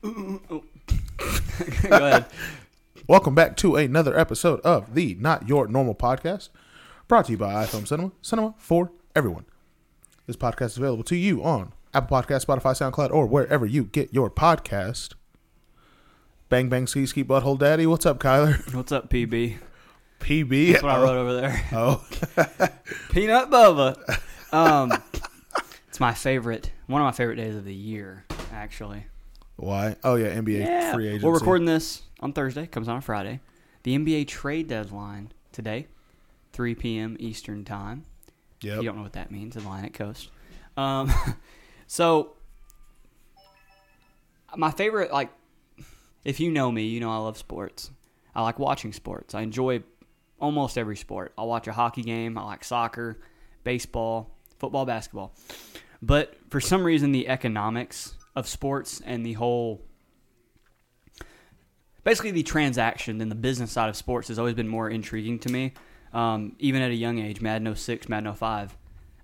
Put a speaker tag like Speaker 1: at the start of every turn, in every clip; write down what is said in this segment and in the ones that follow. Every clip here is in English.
Speaker 1: Go ahead.
Speaker 2: Welcome back to another episode of the Not Your Normal Podcast, brought to you by iFilm Cinema, cinema for everyone. This podcast is available to you on Apple Podcasts, Spotify, SoundCloud, or wherever you get your podcast. Bang bang ski ski butthole daddy, what's up, Kyler?
Speaker 1: What's up, PB?
Speaker 2: PB.
Speaker 1: That's what I wrote over there.
Speaker 2: Oh,
Speaker 1: Peanut Bubba. Um, it's my favorite, one of my favorite days of the year, actually.
Speaker 2: why? Oh yeah, NBA
Speaker 1: Yeah.
Speaker 2: free agency.
Speaker 1: We're recording this on Thursday, comes out on Friday. The NBA trade deadline today, 3 p.m. Eastern Time.
Speaker 2: Yep.
Speaker 1: You don't know what that means, Atlantic Coast. Um, so, my favorite, like, if you know me, you know I love sports. I like watching sports. I enjoy almost every sport. I watch a hockey game. I like soccer, baseball, football, basketball. But for some reason, the economics of sports and the whole basically the transaction and the business side of sports has always been more intriguing to me. Um, even at a young age, Madden 06, Madden 05,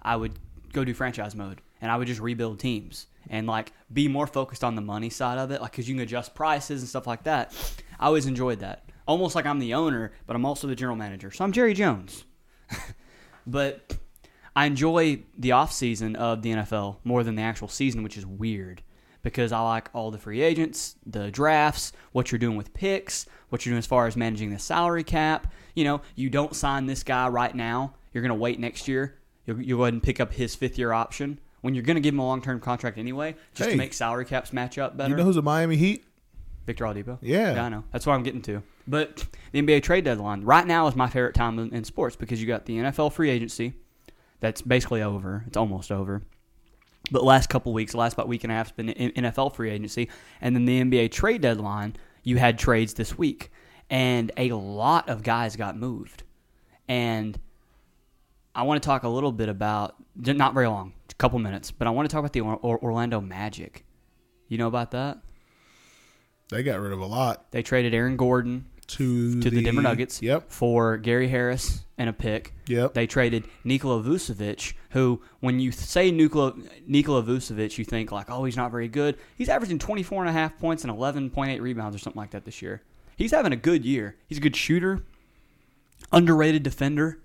Speaker 1: I would go do franchise mode and I would just rebuild teams and like be more focused on the money side of it, like because you can adjust prices and stuff like that. I always enjoyed that. Almost like I'm the owner, but I'm also the general manager. So I'm Jerry Jones. but I enjoy the off season of the NFL more than the actual season, which is weird because I like all the free agents, the drafts, what you're doing with picks, what you're doing as far as managing the salary cap. You know, you don't sign this guy right now. You're going to wait next year. You'll, you'll go ahead and pick up his fifth year option when you're going to give him a long term contract anyway, just
Speaker 2: Hey.
Speaker 1: to make salary caps match up better.
Speaker 2: You know who's a Miami Heat?
Speaker 1: Victor Oladipo.
Speaker 2: Yeah.
Speaker 1: I know. That's what I'm getting to. But the NBA trade deadline right now is my favorite time in, in sports because you got the NFL free agency that's basically over. It's almost over. But last couple weeks, last about week and a half, has been N- NFL free agency, and then the NBA trade deadline. You had trades this week, and a lot of guys got moved. And I want to talk a little bit about not very long, a couple minutes, but I want to talk about the or- or- Orlando Magic. You know about that?
Speaker 2: They got rid of a lot
Speaker 1: They traded Aaron Gordon
Speaker 2: to
Speaker 1: to the, Denver Nuggets
Speaker 2: Yep.
Speaker 1: for Gary Harris and a pick.
Speaker 2: Yep.
Speaker 1: They traded Nikola Vucevic, who, when you say Nikola, Nikola Vucevic, you think like, oh, he's not very good. He's averaging 24 and a half points and 11.8 rebounds or something like that this year. He's having a good year. He's a good shooter, underrated defender.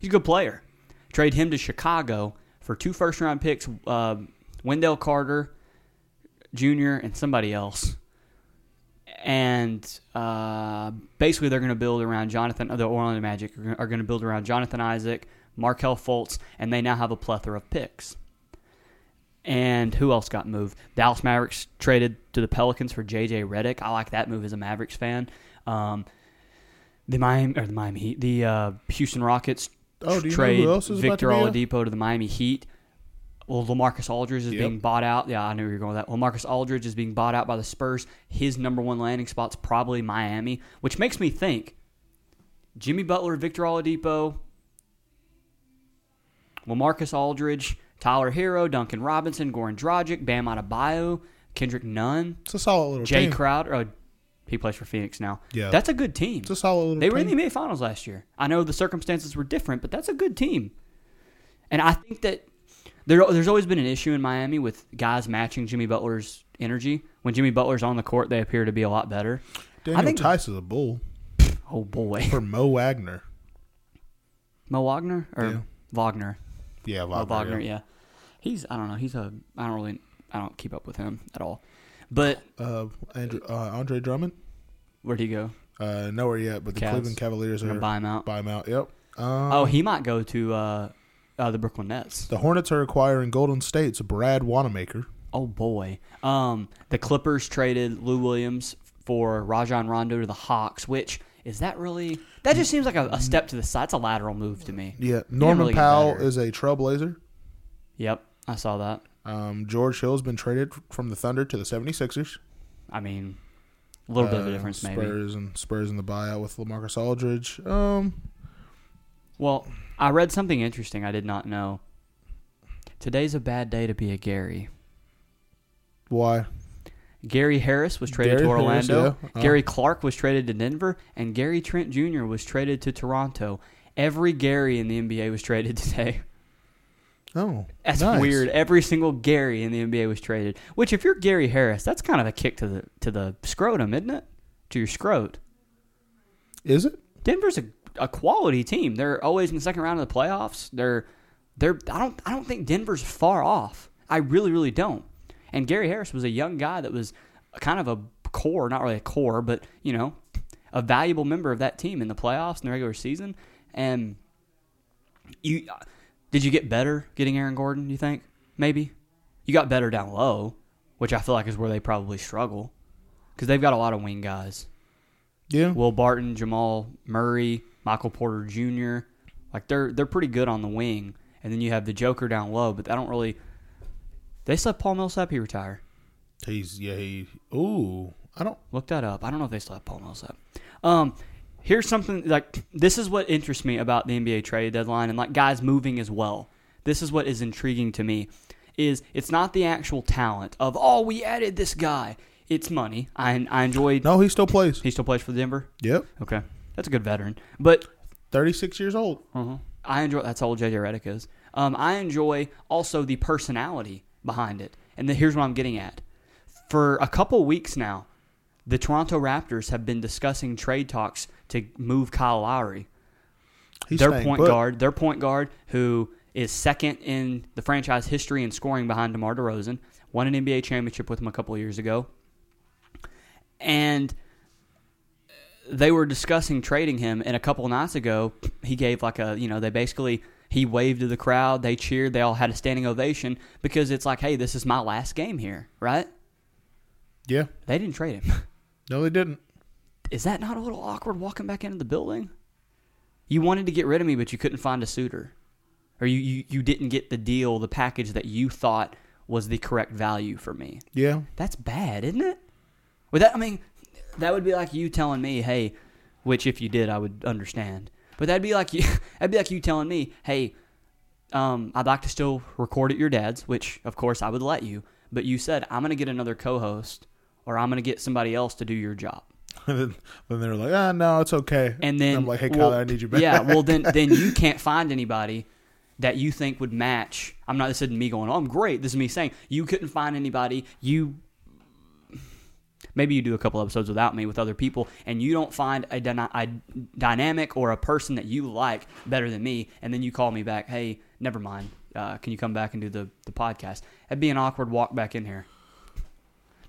Speaker 1: He's a good player. Trade him to Chicago for two first round picks, um Wendell Carter Jr. and somebody else and uh, basically they're going to build around Jonathan. The Orlando Magic are going to build around Jonathan Isaac, Markel Fultz, and they now have a plethora of picks. And who else got moved? Dallas Mavericks traded to the Pelicans for JJ Redick. I like that move as a Mavericks fan. Um, the Miami or the Miami Heat, the uh, Houston Rockets
Speaker 2: Oh, do you know
Speaker 1: trade
Speaker 2: who else is about
Speaker 1: Victor
Speaker 2: to be up?
Speaker 1: Oladipo to the Miami Heat. Well, Lamarcus Aldridge is
Speaker 2: Yep.
Speaker 1: being bought out. Yeah, I knew you were going with that. Lamarcus Aldridge is being bought out by the Spurs. His number one landing spot's probably Miami, which makes me think Jimmy Butler, Victor Oladipo, Lamarcus Aldridge, Tyler Hero, Duncan Robinson, Goran Dragic, Bam Adebayo, Kendrick Nunn,
Speaker 2: It's a solid little
Speaker 1: Jay
Speaker 2: team.
Speaker 1: Crowder. Oh, he plays for Phoenix now.
Speaker 2: Yeah.
Speaker 1: that's a good team.
Speaker 2: It's a solid little
Speaker 1: They were in
Speaker 2: team.
Speaker 1: the NBA Finals last year. I know the circumstances were different, but that's a good team. And I think that there, there's always been an issue in Miami with guys matching Jimmy Butler's energy. When Jimmy Butler's on the court, they appear to be a lot better.
Speaker 2: Daniel
Speaker 1: I think-
Speaker 2: Tice is a bull
Speaker 1: Oh boy,
Speaker 2: for Mo Wagner.
Speaker 1: Mo Wagner or
Speaker 2: Yeah.
Speaker 1: Wagner?
Speaker 2: Yeah,
Speaker 1: Mo
Speaker 2: Wagner.
Speaker 1: Wagner, yeah. He's I don't know. He's a I don't really I don't keep up with him at all. But
Speaker 2: Uh, Andrew, uh, Andre Drummond.
Speaker 1: where'd he go?
Speaker 2: Uh, nowhere yet, but the
Speaker 1: Cavs.
Speaker 2: Cleveland Cavaliers
Speaker 1: Gonna
Speaker 2: are
Speaker 1: buy him out.
Speaker 2: buy him out. Yep. Um,
Speaker 1: Oh, he might go to uh, uh, the Brooklyn Nets.
Speaker 2: the Hornets are acquiring Golden State's Brad Wanamaker.
Speaker 1: Oh boy. Um, the Clippers traded Lou Williams for Rajon Rondo to the Hawks, which is that really? That just seems like a, a step to the side. That's a lateral move to me.
Speaker 2: Yeah, Norman
Speaker 1: really get
Speaker 2: Powell
Speaker 1: better.
Speaker 2: is a trailblazer.
Speaker 1: Yep, I saw that.
Speaker 2: Um, George Hill's been traded from the Thunder to the 76ers.
Speaker 1: I mean, a little bit of a
Speaker 2: Uh,
Speaker 1: difference maybe.
Speaker 2: Spurs and Spurs in the buyout with LaMarcus Aldridge. Um,
Speaker 1: Well, I read something interesting I did not know. Today's a bad day to be a Gary.
Speaker 2: why?
Speaker 1: Gary Harris was traded
Speaker 2: Gary
Speaker 1: to
Speaker 2: Harris,
Speaker 1: Orlando.
Speaker 2: yeah. Uh-huh.
Speaker 1: Gary Clark was traded to Denver, and Gary Trent Jr. was traded to Toronto. Every Gary in the NBA was traded today.
Speaker 2: Oh,
Speaker 1: That's
Speaker 2: nice.
Speaker 1: weird. Every single Gary in the NBA was traded. Which, if you're Gary Harris, that's kind of a kick to the to the scrotum, isn't it? to your scrot.
Speaker 2: Is it?
Speaker 1: Denver's a, a quality team. They're always in the second round of the playoffs. They're they're I don't I don't think Denver's far off. I really really don't. And Gary Harris was a young guy that was kind of a core, not really a core, but you know, a valuable member of that team in the playoffs and the regular season. And you did you get better getting Aaron Gordon? You think maybe you got better down low, which I feel like is where they probably struggle because they've got a lot of wing guys.
Speaker 2: Yeah.
Speaker 1: Will Barton, Jamal Murray, Michael Porter Jr. Like they're they're pretty good on the wing, and then you have the Joker down low, but I don't really. They still have Paul Millsap. He retire.
Speaker 2: He's yeah. He, ooh, I don't.
Speaker 1: Look that up. I don't know if they still have Paul Millsap. Um, here's something like this is what interests me about the NBA trade deadline and like guys moving as well. This is what is intriguing to me is it's not the actual talent of oh we added this guy. It's money. I I enjoyed.
Speaker 2: No, he still plays.
Speaker 1: He still plays for Denver.
Speaker 2: Yep,
Speaker 1: Okay, that's a good veteran. But
Speaker 2: thirty six years old.
Speaker 1: Mm-hmm. I enjoy that's all JJ Redick is. Um, I enjoy also the personality behind it, and then here's what I'm getting at. For a couple weeks now, the Toronto Raptors have been discussing trade talks to move Kyle Lowry,
Speaker 2: He's
Speaker 1: their
Speaker 2: staying
Speaker 1: point
Speaker 2: put.
Speaker 1: guard, their point guard who is second in the franchise history in scoring behind DeMar DeRozan, won an NBA championship with him a couple of years ago, and they were discussing trading him and a couple of nights ago he gave like a you know they basically he waved to the crowd they cheered they all had a standing ovation because it's like hey this is my last game here right
Speaker 2: Yeah.
Speaker 1: they didn't trade him
Speaker 2: No, they didn't.
Speaker 1: is that not a little awkward walking back into the building you wanted to get rid of me but you couldn't find a suitor or you, you, you didn't get the deal the package that you thought was the correct value for me
Speaker 2: Yeah.
Speaker 1: that's bad, isn't it? With that, I mean, that would be like you telling me, "Hey," which if you did, I would understand. But that'd be like you. That'd be like you telling me, "Hey, um, I'd like to still record at your dad's," which of course I would let you. But you said I'm gonna get another co-host, or I'm gonna get somebody else to do your job.
Speaker 2: And then, then they were like, ah, no, it's okay.
Speaker 1: And then
Speaker 2: I'm like, hey,
Speaker 1: well,
Speaker 2: Kyler, I need you back.
Speaker 1: Yeah, well then then you can't find anybody that you think would match. I'm not this isn't me going, Oh, I'm great. This is me saying you couldn't find anybody. You maybe you do a couple episodes without me with other people and you don't find a, dyna- a dynamic or a person that you like better than me and then you call me back hey never mind uh, can you come back and do the, the podcast that'd be an awkward walk back in here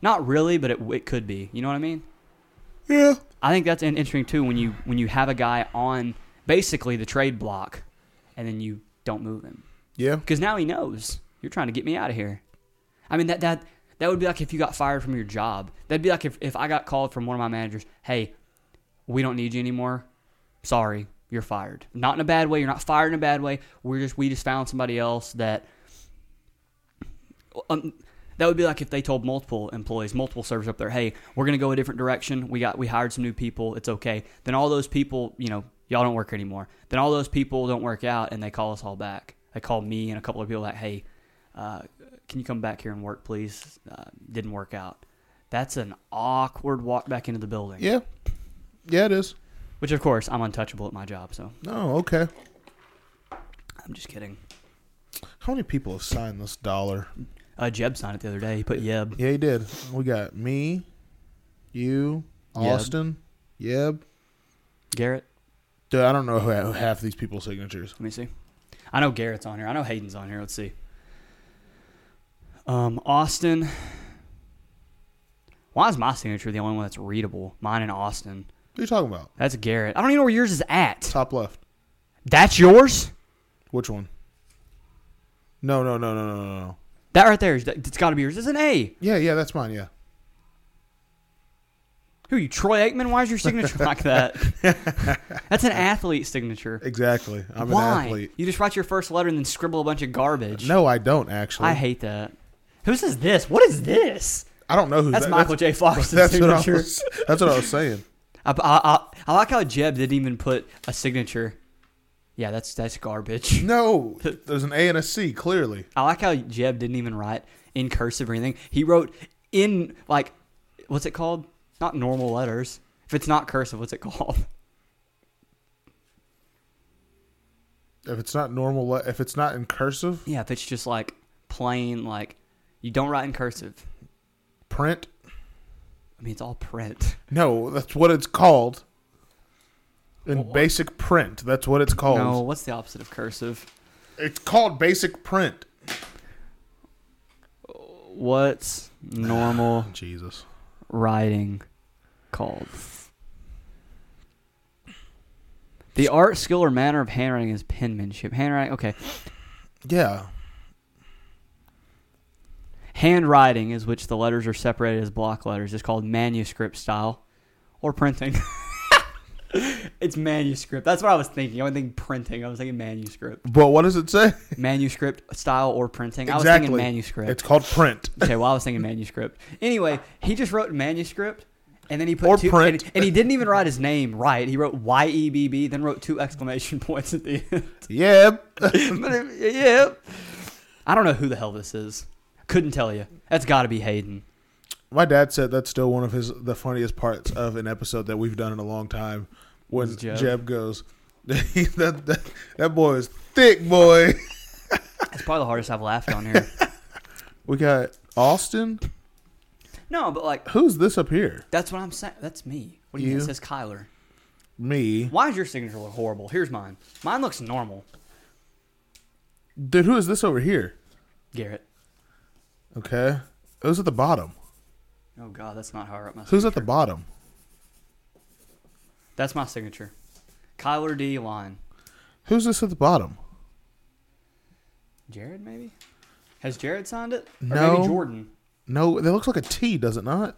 Speaker 1: not really but it, it could be you know what i mean
Speaker 2: yeah.
Speaker 1: I think that's in- interesting too when you when you have a guy on basically the trade block, and then you don't move him
Speaker 2: Yeah.
Speaker 1: because now he knows you're trying to get me out of here. I mean that that that would be like if you got fired from your job. That'd be like if, if I got called from one of my managers, hey, we don't need you anymore. Sorry, you're fired. Not in a bad way. You're not fired in a bad way. We're just we just found somebody else that. Um, that would be like if they told multiple employees, multiple servers up there, "Hey, we're gonna go a different direction. We got we hired some new people. It's okay." Then all those people, you know, y'all don't work anymore. Then all those people don't work out, and they call us all back. They call me and a couple of people like, "Hey, uh, can you come back here and work, please? Uh, didn't work out." That's an awkward walk back into the building.
Speaker 2: Yeah. Yeah, it is.
Speaker 1: Which, of course, I'm untouchable at my job, so
Speaker 2: No, okay.
Speaker 1: I'm just kidding.
Speaker 2: How many people have signed this dollar?
Speaker 1: Uh, Jeb signed it the other day. He put Yeb.
Speaker 2: Yeah, he did. We got me, you,
Speaker 1: Yeb.
Speaker 2: Austin, Yeb.
Speaker 1: Garrett.
Speaker 2: Dude, I don't know who who half these people's signatures.
Speaker 1: Let me see. I know Garrett's on here. I know Hayden's on here. Let's see. Um, Austin. Why is my signature the only one that's readable? Mine and Austin.
Speaker 2: What are you talking about?
Speaker 1: That's Garrett. I don't even know where yours is at.
Speaker 2: Top left.
Speaker 1: That's yours?
Speaker 2: Which one? No, no, no, no, no, no, no.
Speaker 1: That right there, is- that- it's got to be yours. It's an A.
Speaker 2: Yeah, yeah, that's mine. Yeah.
Speaker 1: Who are you, Troy Aikman? Why is your signature like that? That's an athlete signature.
Speaker 2: Exactly. I'm
Speaker 1: Why?
Speaker 2: an athlete.
Speaker 1: You just write your first letter and then scribble a bunch of garbage.
Speaker 2: No, I don't actually.
Speaker 1: I hate that. Whose is this? What is this?
Speaker 2: I don't know who
Speaker 1: That's
Speaker 2: that-
Speaker 1: Michael J. Fox's
Speaker 2: That's what, I
Speaker 1: signature.
Speaker 2: was, that's what I was saying.
Speaker 1: I, I, I, I like how Jeb didn't even put a signature. Yeah, that's that's garbage.
Speaker 2: No, there's an A and a C clearly.
Speaker 1: I like how Jeb didn't even write in cursive or anything. He wrote in like, what's it called? Not normal letters. If it's not cursive, what's it called?
Speaker 2: If it's not normal, le- if it's not in cursive,
Speaker 1: Yeah, if it's just like plain like, you don't write in cursive.
Speaker 2: print.
Speaker 1: I mean, it's all print.
Speaker 2: No, that's what it's called. In
Speaker 1: Wha-
Speaker 2: basic print, that's what it's called.
Speaker 1: No, what's the opposite of cursive?
Speaker 2: It's called basic print.
Speaker 1: What's
Speaker 2: Oh.
Speaker 1: normal
Speaker 2: Jesus.
Speaker 1: writing called? The art, skill, or manner of handwriting is penmanship. Handwriting, okay.
Speaker 2: Yeah.
Speaker 1: Handwriting is which the letters are separated as block letters. It's called manuscript style or printing. it's manuscript. That's what I was thinking. I was thinking printing. I was thinking manuscript.
Speaker 2: But what does it say?
Speaker 1: Manuscript style or printing. I was
Speaker 2: exactly.
Speaker 1: thinking manuscript.
Speaker 2: It's called print.
Speaker 1: Okay, well, I was thinking manuscript. Anyway, he just wrote manuscript, and then he put
Speaker 2: Or
Speaker 1: two,
Speaker 2: print.
Speaker 1: And, and he didn't even write his name right. He wrote Y E B B, then wrote two exclamation points at the end.
Speaker 2: Yeah.
Speaker 1: But it- yeah, I don't know who the hell this is. Couldn't tell you. That's got to be Hayden.
Speaker 2: My dad said that's still one of his the funniest parts of an episode that we've done in a long time. When
Speaker 1: Jeb.
Speaker 2: Jeb, goes, that, that, that boy is thick, boy.
Speaker 1: That's probably the hardest I've laughed on here.
Speaker 2: We got Austin.
Speaker 1: no, but like
Speaker 2: Who's this up here?
Speaker 1: that's what I'm saying. That's me. What do you, mean?
Speaker 2: You?
Speaker 1: It says Kyler.
Speaker 2: Me.
Speaker 1: Why does your signature look horrible? Here's mine. Mine looks normal.
Speaker 2: Dude, who is this over here?
Speaker 1: Garrett.
Speaker 2: Okay. Who's at the bottom?
Speaker 1: Oh God, that's not how I wrote my.
Speaker 2: Who's at the bottom?
Speaker 1: That's my signature. Kyler D. Line.
Speaker 2: Who's this at the bottom?
Speaker 1: Jared, maybe? Has Jared signed it? Or
Speaker 2: No.
Speaker 1: maybe Jordan,
Speaker 2: No, that looks like a T, does it not?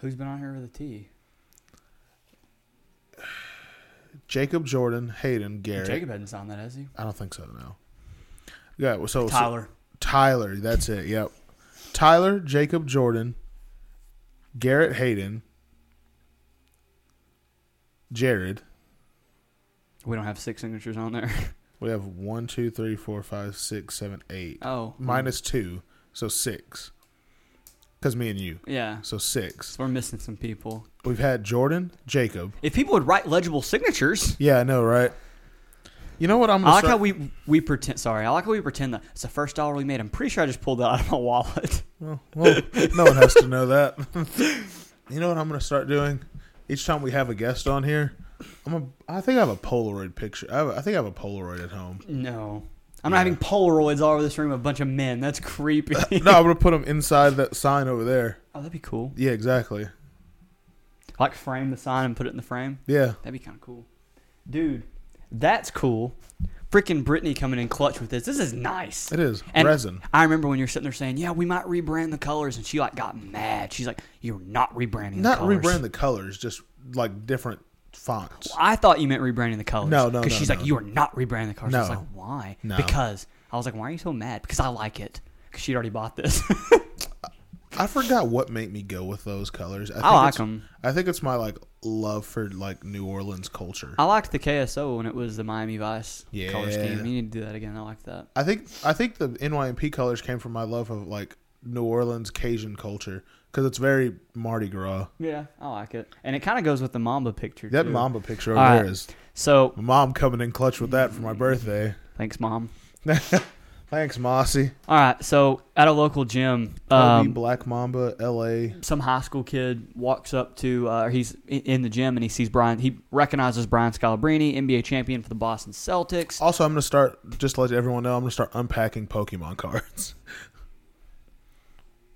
Speaker 1: who's been on here with a T.
Speaker 2: Jacob Jordan, Hayden, Garrett.
Speaker 1: Jacob hadn't signed that, has he?
Speaker 2: I don't think so. No. Yeah. well, Oh, So so-
Speaker 1: Tyler.
Speaker 2: Tyler. That's it. Yep. Tyler, Jacob Jordan, Garrett Hayden, Jared.
Speaker 1: We don't have six signatures on there.
Speaker 2: We have one, two, three, four, five, six, seven, eight.
Speaker 1: Oh.
Speaker 2: Minus two, so six. Because me and you,
Speaker 1: Yeah.
Speaker 2: so six.
Speaker 1: So we're missing some people.
Speaker 2: We've had Jordan, Jacob.
Speaker 1: If people would write legible signatures.
Speaker 2: Yeah, I know, right? You know what I'm
Speaker 1: I
Speaker 2: gonna
Speaker 1: like how
Speaker 2: start-
Speaker 1: we we pretend. Sorry, I like how we pretend that it's the first dollar we made. I'm pretty sure I just pulled that out of my wallet.
Speaker 2: Well, well, no one has to know that. you know what I'm going to start doing? Each time we have a guest on here, I'm a, I think I have a Polaroid picture. I, have, I think I have a Polaroid at home.
Speaker 1: No, I'm not having Polaroids all over this room. of A bunch of men. That's creepy.
Speaker 2: No, I'm going to put them inside that sign over there.
Speaker 1: Oh, that'd be cool.
Speaker 2: Yeah, exactly.
Speaker 1: Like frame the sign and put it in the frame.
Speaker 2: Yeah.
Speaker 1: That'd be kind of cool. Dude, that's cool. Freaking Brittany coming in clutch with this. This is nice.
Speaker 2: It is
Speaker 1: And
Speaker 2: resin.
Speaker 1: I remember when you're sitting there saying, "Yeah, we might rebrand the colors," and she like got mad. She's like, "You're not rebranding
Speaker 2: Not
Speaker 1: the colors."
Speaker 2: rebrand the colors, just like different fonts.
Speaker 1: I thought you meant rebranding the colors.
Speaker 2: No, no,
Speaker 1: Because
Speaker 2: no,
Speaker 1: she's
Speaker 2: no.
Speaker 1: like, "You are not rebranding the colors." I was
Speaker 2: No.
Speaker 1: like, "Why?"
Speaker 2: No.
Speaker 1: Because I was like, "Why are you so mad?" Because I like it. Because she'd already bought this.
Speaker 2: I forgot what made me go with those colors. I, think
Speaker 1: like
Speaker 2: it's-
Speaker 1: 'em.
Speaker 2: I think it's my like love for like New Orleans culture.
Speaker 1: I liked the KSO when it was the Miami Vice color
Speaker 2: Yeah.
Speaker 1: scheme. You need to do that again. I like that.
Speaker 2: I think I think the NYMP colors came from my love of like New Orleans Cajun culture because it's very Mardi Gras.
Speaker 1: Yeah, I like it, and it kind of goes with the Mamba picture.
Speaker 2: That
Speaker 1: too.
Speaker 2: Mamba picture over
Speaker 1: All
Speaker 2: there
Speaker 1: right.
Speaker 2: is
Speaker 1: So
Speaker 2: my mom coming in clutch with that for my birthday.
Speaker 1: thanks, mom.
Speaker 2: Thanks, Mossy.
Speaker 1: All right, so at a local gym,
Speaker 2: Um,
Speaker 1: um,
Speaker 2: Black Mamba, L.A.
Speaker 1: some high school kid walks up to, uh, he's i- in the gym and he sees Brian, he recognizes Brian Scalabrine, NBA champion for the Boston Celtics.
Speaker 2: Also, I'm gonna start just to let everyone know. I'm gonna start unpacking Pokemon cards.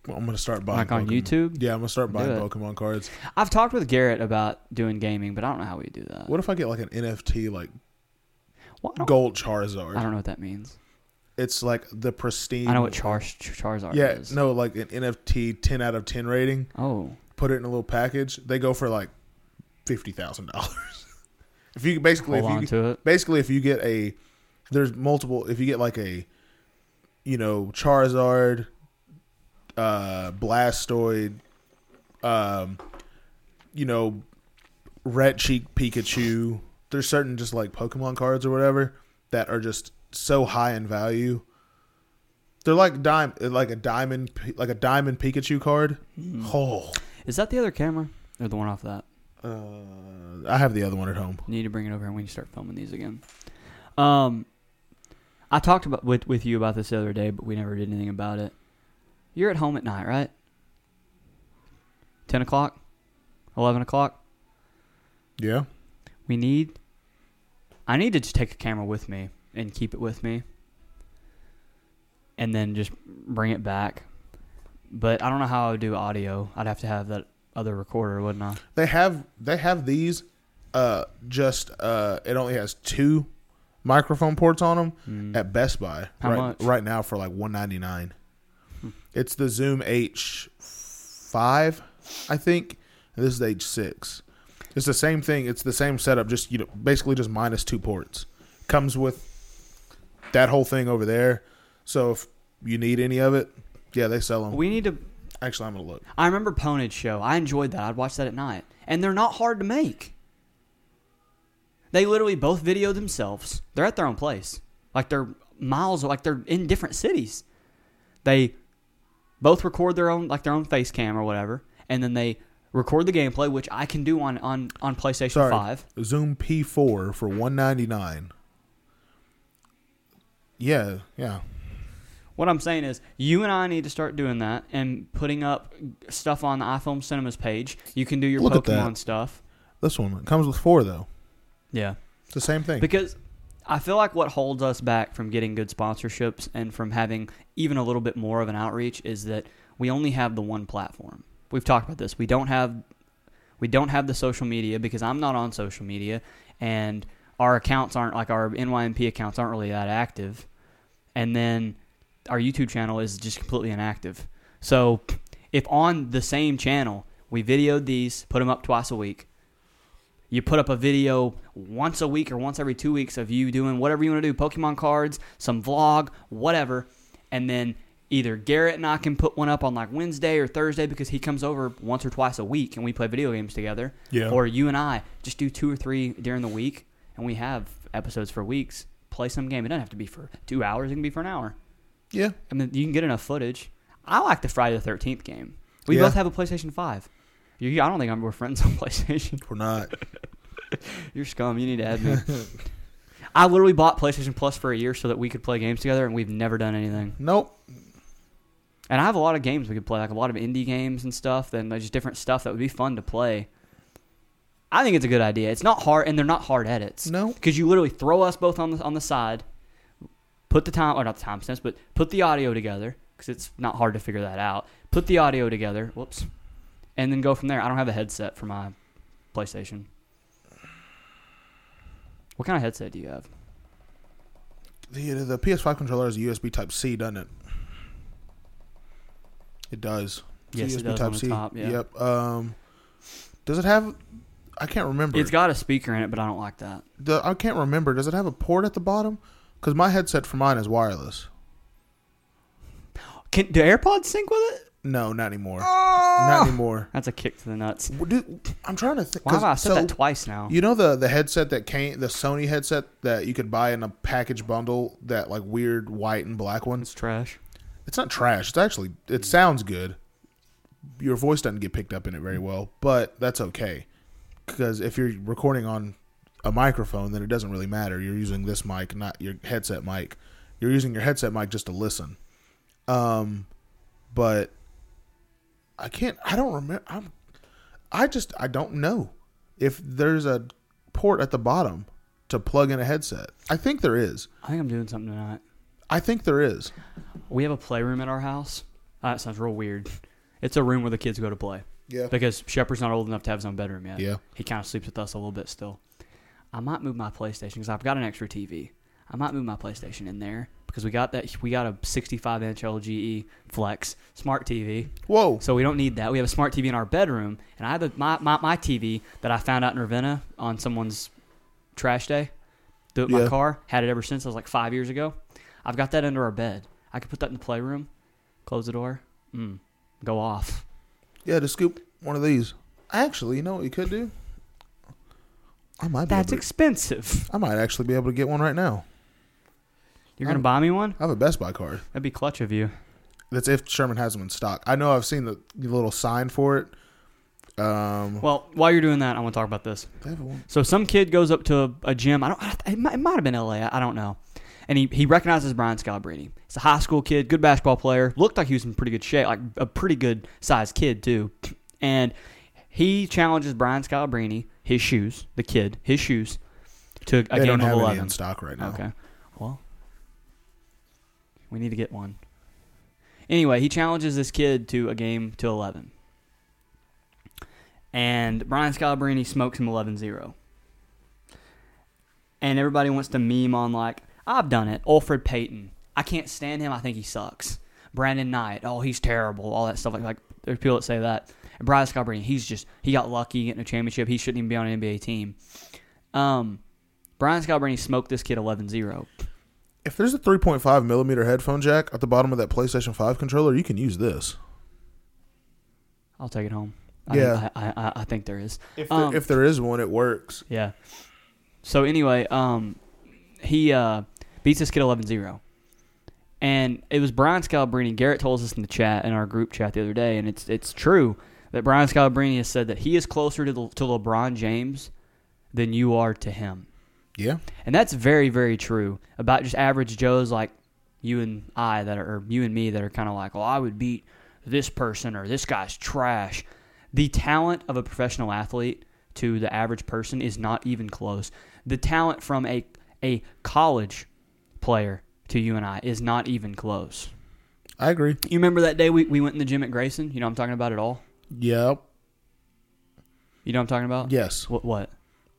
Speaker 2: Well, I'm gonna start buying
Speaker 1: Like on
Speaker 2: Pokemon-
Speaker 1: YouTube?
Speaker 2: Yeah, I'm gonna start buying
Speaker 1: it.
Speaker 2: Pokemon cards.
Speaker 1: I've talked with Garrett about doing gaming, but I don't know how we do that.
Speaker 2: What if I get like an NFT like
Speaker 1: Well, I, don't,
Speaker 2: Gold Charizard?
Speaker 1: I don't know what that means.
Speaker 2: It's like the pristine.
Speaker 1: I know what Char- Char- Charizard
Speaker 2: Yeah,
Speaker 1: is.
Speaker 2: no, like an NFT ten out of ten rating.
Speaker 1: Oh,
Speaker 2: Put it in a little package. They go for like fifty thousand dollars. if you basically,
Speaker 1: hold on
Speaker 2: if you
Speaker 1: to it.
Speaker 2: basically if you get a, there's multiple. If you get like a, you know, Charizard, uh, Blastoid, um, you know, Red Cheek Pikachu. There's certain just like Pokemon cards or whatever that are just so high in value. They're like dime, like a diamond, P- like a diamond Pikachu card. Oh,
Speaker 1: Is that the other camera or the one off that?
Speaker 2: uh, I have the other one at home.
Speaker 1: You need to bring it over here when you start filming these again. Um, I talked about with with you about this the other day, but we never did anything about it. You're at home at night, right? ten o'clock, eleven o'clock.
Speaker 2: Yeah.
Speaker 1: We need. I need to just take a camera with me and keep it with me, and then just bring it back. But I don't know how I would do audio. I'd have to have that other recorder, wouldn't I?
Speaker 2: They have they have these uh just uh it only has two microphone ports on them at Best Buy
Speaker 1: Mm. How
Speaker 2: right
Speaker 1: much?
Speaker 2: right now for like 199. It's the Zoom H5, I think. And this is H6. It's the same thing. It's the same setup just you know basically just minus two ports. Comes with that whole thing over there. So if you need any of it, yeah, they sell them.
Speaker 1: We need to.
Speaker 2: Actually, I'm going to look.
Speaker 1: I remember Ponage show. I enjoyed that. I'd watch that at night, and they're not hard to make. They literally both video themselves. They're at their own place, like they're miles, like they're in different cities. They both record their own, like their own face cam or whatever, and then they record the gameplay, which I can do on on on PlayStation
Speaker 2: Sorry.
Speaker 1: Five.
Speaker 2: Zoom P4 for 199. Yeah, yeah.
Speaker 1: What I'm saying is, you and I need to start doing that and putting up stuff on the iFilm Cinemas page. You can do your
Speaker 2: Look at that.
Speaker 1: Pokemon stuff.
Speaker 2: This one it comes with four though.
Speaker 1: Yeah.
Speaker 2: It's the same thing.
Speaker 1: Because I feel like what holds us back from getting good sponsorships and from having even a little bit more of an outreach is that we only have the one platform. We've talked about this. We don't have we don't have the social media because I'm not on social media and our accounts aren't like our NYMP accounts aren't really that active. And then our YouTube channel is just completely inactive. So if on the same channel we videoed these, put them up twice a week, you put up a video once a week or once every two weeks of you doing whatever you want to do Pokemon cards, some vlog, whatever. And then either Garrett and I can put one up on like Wednesday or Thursday because he comes over once or twice a week and we play video games together.
Speaker 2: Yeah.
Speaker 1: Or you and I just do two or three during the week and we have episodes for weeks. Play some game. It doesn't have to be for two hours, it can be for an hour.
Speaker 2: yeah.
Speaker 1: I mean, you can get enough footage. I like the Friday the Thirteenth game. We
Speaker 2: Yeah.
Speaker 1: both have a PlayStation Five. You, I don't think I'm, we're friends on PlayStation.
Speaker 2: We're not.
Speaker 1: You're scum. You need to add me. I literally bought PlayStation Plus for a year so that we could play games together, and we've never done anything.
Speaker 2: Nope.
Speaker 1: And I have a lot of games we could play, like a lot of indie games and stuff, and like, just different stuff that would be fun to play. I think it's a good idea. It's not hard, and they're not hard edits.
Speaker 2: No.
Speaker 1: because you literally throw us both on the on the side, put the time or not the time stamps, but put the audio together because it's not hard to figure that out. Put the audio together. Whoops, and then go from there. I don't have a headset for my PlayStation. What kind of headset do you have?
Speaker 2: The, the PS5 controller has a USB Type C, doesn't it? It does. It's a
Speaker 1: Yes, it does on the top, yeah.
Speaker 2: Yep. Um, does it have? I can't remember.
Speaker 1: It's got a speaker in it, but I don't like that.
Speaker 2: the, I can't remember. Does it have a port at the bottom? Because my headset for mine is wireless.
Speaker 1: Can do AirPods sync with it?
Speaker 2: No, not anymore. Not
Speaker 1: Oh!
Speaker 2: anymore.
Speaker 1: That's a kick to the nuts.
Speaker 2: Well, dude, I'm trying to think.
Speaker 1: Why have
Speaker 2: 'cause-
Speaker 1: I said
Speaker 2: so-
Speaker 1: that twice now?
Speaker 2: You know the the headset that came, the Sony headset that you could buy in a package bundle, that like weird white and black one.
Speaker 1: it's trash.
Speaker 2: It's not trash. It's actually it sounds good. Your voice doesn't get picked up in it very well, but that's okay because if you're recording on a microphone, then it doesn't really matter. You're using this mic, not your headset mic. You're using your headset mic just to listen. Um, but I can't. I don't remember. I'm. I just. I don't know if there's a port at the bottom to plug in a headset. I think there is.
Speaker 1: I think I'm doing something tonight.
Speaker 2: I think there is.
Speaker 1: We have a playroom at our house. Uh, that sounds real weird. It's a room where the kids go to play.
Speaker 2: Yeah.
Speaker 1: Because Shepard's not old enough to have his own bedroom yet.
Speaker 2: Yeah.
Speaker 1: He kind of sleeps with us a little bit still. I might move my PlayStation because I've got an extra TV. I might move my PlayStation in there because we got that. We got a 65 inch LGE Flex smart TV.
Speaker 2: Whoa.
Speaker 1: So we don't need that. We have a smart TV in our bedroom, and I have a, my, my my TV that I found out in Ravenna on someone's trash day. Threw it in
Speaker 2: Yeah.
Speaker 1: my car. Had it ever since. I was like five years ago. I've got that under our bed. I could put that in the playroom. Close the door. Mm, go off.
Speaker 2: Yeah, to scoop one of these. Actually, you know what you could do? I might be
Speaker 1: That's
Speaker 2: able to,
Speaker 1: expensive.
Speaker 2: I might actually be able to get one right now.
Speaker 1: You're gonna
Speaker 2: I'm-
Speaker 1: buy me one?
Speaker 2: I have a Best Buy card.
Speaker 1: That'd be clutch of you.
Speaker 2: That's if Sherman has them in stock. I know I've seen the the little sign for it. Um,
Speaker 1: Well, while you're doing that, I want to talk about this.
Speaker 2: they have one.
Speaker 1: So some kid goes up to a, a gym. I don't. I- It might, it might have been L.A. I, I don't know. And he, he recognizes Brian Scalabrine. He's a high school kid, good basketball player. Looked like he was in pretty good shape, like a pretty good sized kid too. and he challenges Brian Scalabrine, his shoes, the kid, his shoes, to a
Speaker 2: they
Speaker 1: game
Speaker 2: don't
Speaker 1: of
Speaker 2: have any
Speaker 1: eleven.
Speaker 2: in stock right now.
Speaker 1: Okay. Well, we need to get one. Anyway, he challenges this kid to a game to 11. And Brian Scalabrine smokes him 11 0. And everybody wants to meme on, like, I've done it. Alfred Payton. I can't stand him. I think he sucks. Brandon Knight. Oh, he's terrible. All that stuff. Like, like there's people that say that. And Brian Scalabrine, he's just, he got lucky getting a championship. He shouldn't even be on an NBA team. Um, Brian Scalabrine smoked this kid 11-0.
Speaker 2: If there's a 3.5 millimeter headphone jack at the bottom of that PlayStation 5 controller, you can use this.
Speaker 1: I'll take it home. I
Speaker 2: Yeah.
Speaker 1: think, I, I, I think there is.
Speaker 2: If
Speaker 1: Um,
Speaker 2: if there is one, it works.
Speaker 1: Yeah. So anyway, um, he uh, beats this kid 11-0. And it was Brian Scalabrine. Garrett told us this in the chat in our group chat the other day, and it's it's true that Brian Scalabrine has said that he is closer to the, to LeBron James than you are to him.
Speaker 2: Yeah.
Speaker 1: And that's very, very true about just average Joes like you and I that are, or you and me that are kind of like, well, I would beat this person or this guy's trash. The talent of a professional athlete to the average person is not even close. The talent from a, a college player to you and I is not even close.
Speaker 2: I agree.
Speaker 1: You remember that day we, we went in the gym at Grayson? You know what I'm talking about at all?
Speaker 2: Yep.
Speaker 1: You know what I'm talking about?
Speaker 2: Yes.
Speaker 1: What? what?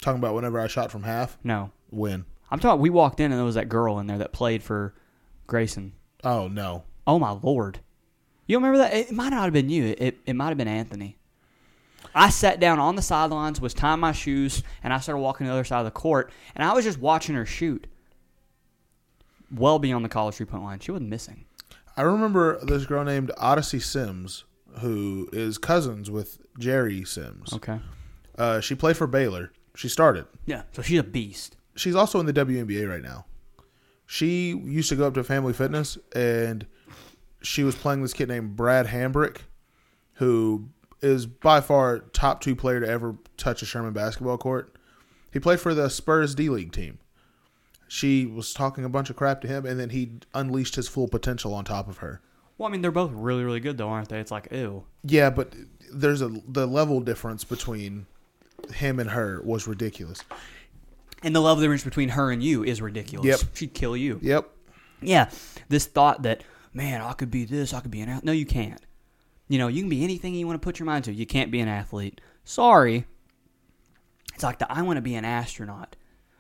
Speaker 2: Talking about whenever I shot from half,
Speaker 1: No.
Speaker 2: win.
Speaker 1: I'm talking, we walked in and there was that girl in there that played for Grayson.
Speaker 2: Oh no.
Speaker 1: Oh my lord! You don't remember that? It might not have been you. It it might have been Anthony. I sat down on the sidelines, was tying my shoes, and I started walking to the other side of the court, and I was just watching her shoot. Well beyond the college three point line, she wasn't missing.
Speaker 2: I remember this girl named Odyssey Sims, who is cousins with Jerry Sims.
Speaker 1: Okay.
Speaker 2: Uh, she played for Baylor. She started.
Speaker 1: Yeah. So she's a beast.
Speaker 2: She's also in the WNBA right now. She used to go up to Family Fitness, and she was playing this kid named Brad Hambrick, who is by far top two player to ever touch a Sherman basketball court. He played for the Spurs D League team. She was talking a bunch of crap to him, and then he unleashed his full potential on top of her.
Speaker 1: Well, I mean, they're both really, really good though, aren't they? It's like ew.
Speaker 2: Yeah, but there's a the level difference between him and her was ridiculous.
Speaker 1: And the love difference between her and you is ridiculous.
Speaker 2: Yep.
Speaker 1: She'd kill you.
Speaker 2: Yep.
Speaker 1: Yeah. This thought that man, I could be this, I could be an athlete. No, you can't. You know, you can be anything you want to put your mind to. You can't be an athlete. Sorry. It's like the I want to be an astronaut.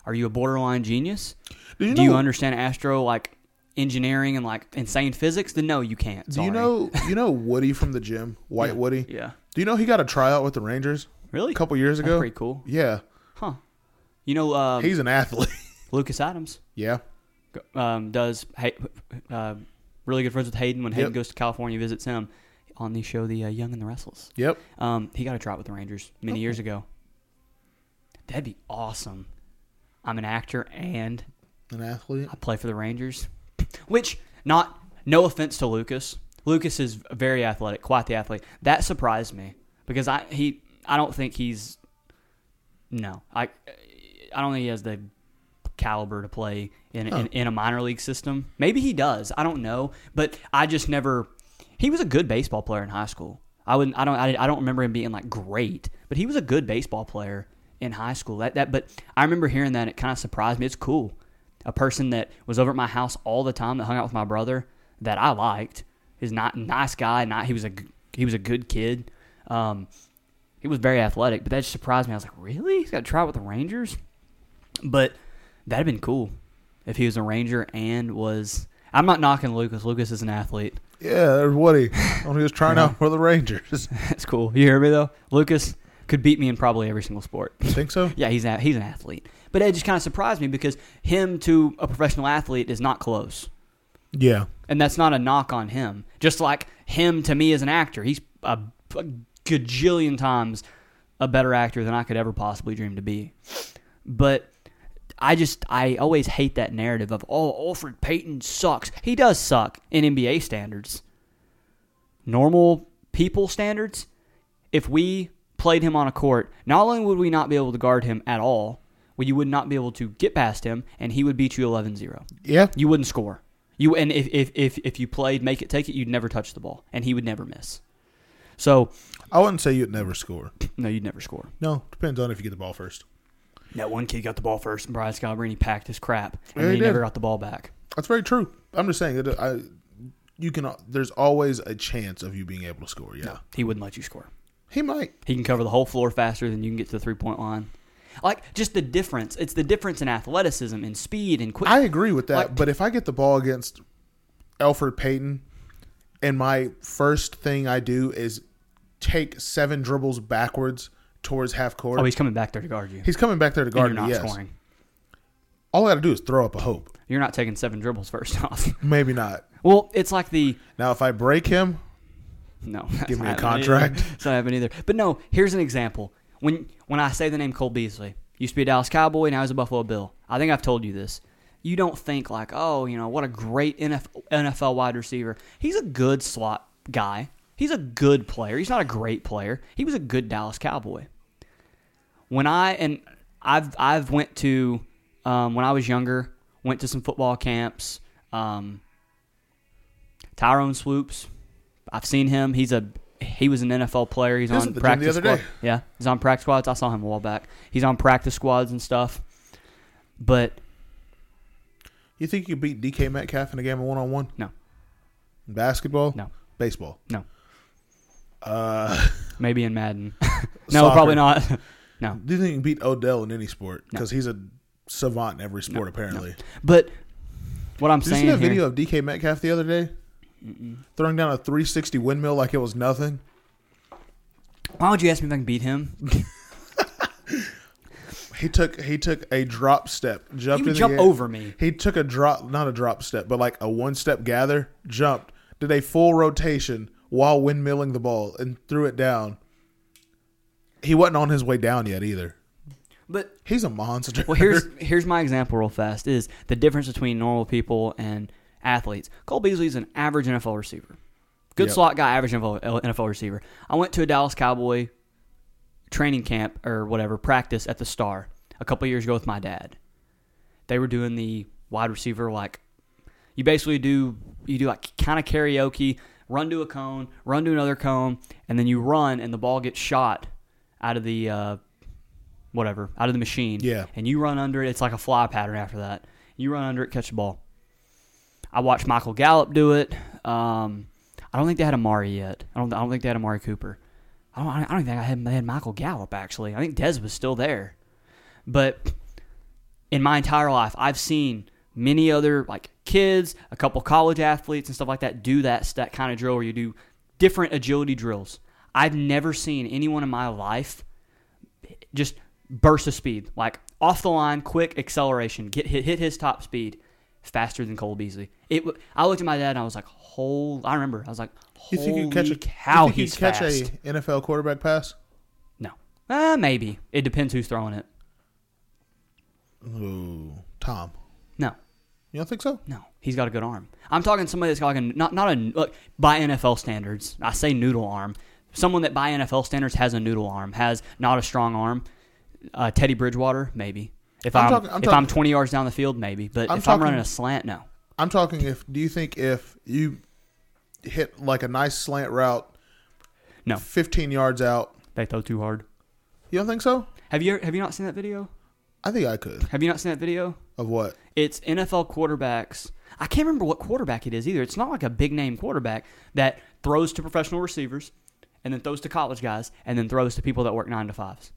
Speaker 1: Are you a borderline genius?
Speaker 2: Did you
Speaker 1: Do you
Speaker 2: know-
Speaker 1: understand astro like engineering and like insane physics? Then no, you can't.
Speaker 2: Do you
Speaker 1: Sorry.
Speaker 2: know you know Woody from the gym, White Woody?
Speaker 1: Yeah.
Speaker 2: Do you know he got a tryout with the Rangers
Speaker 1: Really?
Speaker 2: a couple years
Speaker 1: That's
Speaker 2: ago?
Speaker 1: pretty cool.
Speaker 2: Yeah,
Speaker 1: Huh. You know, um,
Speaker 2: he's an athlete.
Speaker 1: Lucas Adams
Speaker 2: yeah,
Speaker 1: um, does Hay- uh, really good friends with Hayden when Hayden
Speaker 2: Yep.
Speaker 1: goes to California, visits him on the show, The uh, Young and the Restless.
Speaker 2: yep.
Speaker 1: Um, he got a tryout with the Rangers many years ago. That'd be awesome. I'm an actor and
Speaker 2: An athlete.
Speaker 1: I play for the Rangers, which not no offense to Lucas. Lucas is very athletic, quite the athlete. That surprised me because I he I don't think he's no I I don't think he has the caliber to play in in, in a minor league system. Maybe he does. I don't know, but I just never. He was a good baseball player in high school. I wouldn't. I don't. I, I don't remember him being like great, but he was a good baseball player in high school. That that. But I remember hearing that. It kind of surprised me. It's cool. A person that was over at my house all the time that hung out with my brother that I liked is not nice guy. Not he was a g- he was a good kid. Um, he was very athletic, but that just surprised me. I was like, really? He's got to try with the Rangers? But that'd been cool if he was a Ranger and was. I'm not knocking Lucas. Lucas is an athlete.
Speaker 2: Yeah, there's Woody. when he was trying
Speaker 1: Uh-huh.
Speaker 2: out for the Rangers.
Speaker 1: That's cool. You hear me though? Lucas could beat me in probably every single sport.
Speaker 2: You think so?
Speaker 1: Yeah, he's a, he's an athlete. But it just kind of surprised me because him to a professional athlete is not close.
Speaker 2: Yeah.
Speaker 1: And that's not a knock on him. Just like him to me as an actor, he's a, a gajillion times a better actor than I could ever possibly dream to be. But I just I always hate that narrative of oh Alfred Payton sucks. He does suck in NBA standards. Normal people standards, if we played him on a court, not only would we not be able to guard him at all, well, you would not be able to get past him and he would beat you 11-0
Speaker 2: Yeah.
Speaker 1: you wouldn't score. You and if, if if if you played make it take it, you'd never touch the ball, and he would never miss. So
Speaker 2: I wouldn't say you'd never score.
Speaker 1: no, you'd never score.
Speaker 2: No, depends on if you get the ball first.
Speaker 1: That one kid got the ball first, and Brian Scalabrine packed his crap, and
Speaker 2: Yeah,
Speaker 1: then
Speaker 2: he
Speaker 1: he never
Speaker 2: did.
Speaker 1: got the ball back.
Speaker 2: That's very true. I'm just saying that I, you can. There's always a chance of you being able to score. Yeah,
Speaker 1: He wouldn't let you score.
Speaker 2: he might.
Speaker 1: He can cover the whole floor faster than you can get to the three point line. Like just the difference. It's the difference in athleticism and speed and quick.
Speaker 2: I agree with that.
Speaker 1: Like-
Speaker 2: but if I get the ball against Alfred Payton, and my first thing I do is take seven dribbles backwards towards half court.
Speaker 1: oh, he's coming back there to guard you.
Speaker 2: He's coming back there to
Speaker 1: and
Speaker 2: guard
Speaker 1: you're
Speaker 2: me.
Speaker 1: not
Speaker 2: Yes.
Speaker 1: scoring.
Speaker 2: All I got to do is throw up a hope.
Speaker 1: You're not taking seven dribbles first off.
Speaker 2: Maybe not.
Speaker 1: well, it's like the
Speaker 2: Now, if I break him,
Speaker 1: No.
Speaker 2: Give me a
Speaker 1: that's not happening
Speaker 2: contract.
Speaker 1: either. It's not happening either. But no, here's an example. When when I say the name Cole Beasley, used to be a Dallas Cowboy, now he's a Buffalo Bill. I think I've told you this. You don't think like, oh, you know, what a great NF NFL wide receiver. He's a good slot guy. He's a good player. He's not a great player. He was a good Dallas Cowboy when I and I've I've went to um, when I was younger, went to some football camps. Um, Tyrone Swoops, I've seen him. He's a he was an NFL player. He's
Speaker 2: He was
Speaker 1: on
Speaker 2: at the gym the
Speaker 1: practice
Speaker 2: other
Speaker 1: squad-
Speaker 2: day.
Speaker 1: Yeah, he's on practice squads. I saw him a while back. He's on practice squads and stuff. But
Speaker 2: you think you could beat DK Metcalf in a game of one on one?
Speaker 1: no,
Speaker 2: Basketball?
Speaker 1: No.
Speaker 2: Baseball?
Speaker 1: no,
Speaker 2: Uh,
Speaker 1: maybe in Madden. no,
Speaker 2: Soccer.
Speaker 1: probably not. no,
Speaker 2: do you think you can beat Odell in any sport? Because he's a savant in every sport, apparently.
Speaker 1: but what I'm
Speaker 2: Did you
Speaker 1: saying
Speaker 2: see that
Speaker 1: here-
Speaker 2: video of DK Metcalf the other day? Throwing down a 360 windmill like it was nothing?
Speaker 1: Why would you ask me if I can beat him?
Speaker 2: He took he took a drop step, jumped
Speaker 1: He
Speaker 2: in
Speaker 1: would
Speaker 2: the
Speaker 1: jump
Speaker 2: air.
Speaker 1: over me.
Speaker 2: He took a drop, not a drop step, but like a one step gather, jumped, did a full rotation while windmilling the ball and threw it down. He wasn't on his way down yet either.
Speaker 1: But
Speaker 2: He's a monster.
Speaker 1: Well, here's here's my example real fast is the difference between normal people and athletes. Cole Beasley's an average NFL receiver, good
Speaker 2: Yep.
Speaker 1: slot guy, average NFL, NFL receiver. I went to a Dallas Cowboy training camp or whatever practice at the Star a couple years ago with my dad. They were doing the wide receiver like you basically do you do like kind of karaoke, run to a cone, run to another cone, and then you run and the ball gets shot out of the uh, whatever out of the machine.
Speaker 2: Yeah.
Speaker 1: and you run under it. It's like a fly pattern after that. You run under it, catch the ball. I watched Michael Gallup do it. Um, I don't think they had Amari yet. I don't. I don't think they had Amari Cooper. I don't. I don't think I had, they had Michael Gallup actually. I think Dez was still there, but in my entire life, I've seen many other like kids, a couple college athletes and stuff like that do that that kind of drill where you do different agility drills. I've never seen anyone in my life just burst of speed, like off the line, quick acceleration, get hit, hit his top speed faster than Cole Beasley. It. wa- I looked at my dad and I was like, "Whole." I remember I was like,
Speaker 2: you
Speaker 1: "Holy
Speaker 2: think you catch a
Speaker 1: cow,
Speaker 2: you think you
Speaker 1: he's
Speaker 2: catch
Speaker 1: fast."
Speaker 2: a NFL quarterback pass?
Speaker 1: No, uh, maybe it depends who's throwing it.
Speaker 2: Ooh, Tom.
Speaker 1: No,
Speaker 2: You don't think so?
Speaker 1: No, he's got a good arm. I'm talking somebody that's got like a not not a look by NFL standards. I say noodle arm. Someone that by NFL standards has a noodle arm, has not a strong arm. Uh, Teddy Bridgewater, maybe. If
Speaker 2: I'm
Speaker 1: I'm,
Speaker 2: talking- I'm
Speaker 1: if I'm
Speaker 2: talking-
Speaker 1: 20 yards down the field, maybe. But
Speaker 2: I'm
Speaker 1: if
Speaker 2: talking-
Speaker 1: I'm running a slant, no.
Speaker 2: I'm talking if do you think if you hit like a nice slant route
Speaker 1: No.
Speaker 2: 15 yards out,
Speaker 1: They throw too hard.
Speaker 2: you don't think so?
Speaker 1: Have you have you not seen that video?
Speaker 2: I think I could.
Speaker 1: Have you not seen that video?
Speaker 2: Of what?
Speaker 1: It's NFL quarterbacks. I can't remember what quarterback it is either. It's not like a big name quarterback that throws to professional receivers and then throws to college guys and then throws to people that work nine to fives.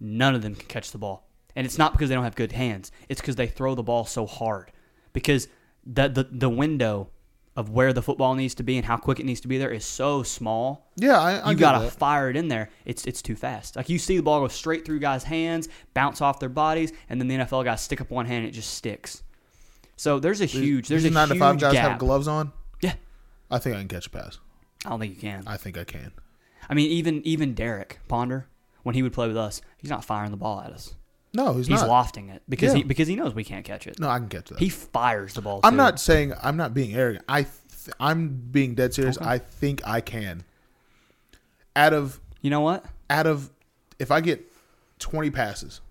Speaker 1: None of them can catch the ball. And it's not because they don't have good hands, it's because they throw the ball so hard. Because the, the, the window of where the football needs to be and how quick it needs to be there is so small
Speaker 2: Yeah, I, I
Speaker 1: you
Speaker 2: get
Speaker 1: gotta
Speaker 2: that.
Speaker 1: fire it in there. It's it's too fast. Like you see the ball go straight through guys' hands, bounce off their bodies, and then the NFL guys stick up one hand and it just sticks. So there's a huge there's
Speaker 2: These
Speaker 1: a
Speaker 2: nine
Speaker 1: huge
Speaker 2: to five guys
Speaker 1: gap.
Speaker 2: have gloves on.
Speaker 1: Yeah,
Speaker 2: I think I can catch a pass.
Speaker 1: I don't think you can.
Speaker 2: I think I can.
Speaker 1: I mean, even even Derek Ponder when he would play with us, he's not firing the ball at us.
Speaker 2: No, he's,
Speaker 1: He's
Speaker 2: not.
Speaker 1: lofting it because
Speaker 2: Yeah.
Speaker 1: he because he knows we can't catch it.
Speaker 2: No, I can catch that.
Speaker 1: He fires the ball.
Speaker 2: I'm
Speaker 1: too.
Speaker 2: not saying I'm not being arrogant. I th- I'm being dead serious. I think I can. Out of
Speaker 1: You know what?
Speaker 2: out of if I get 20 passes,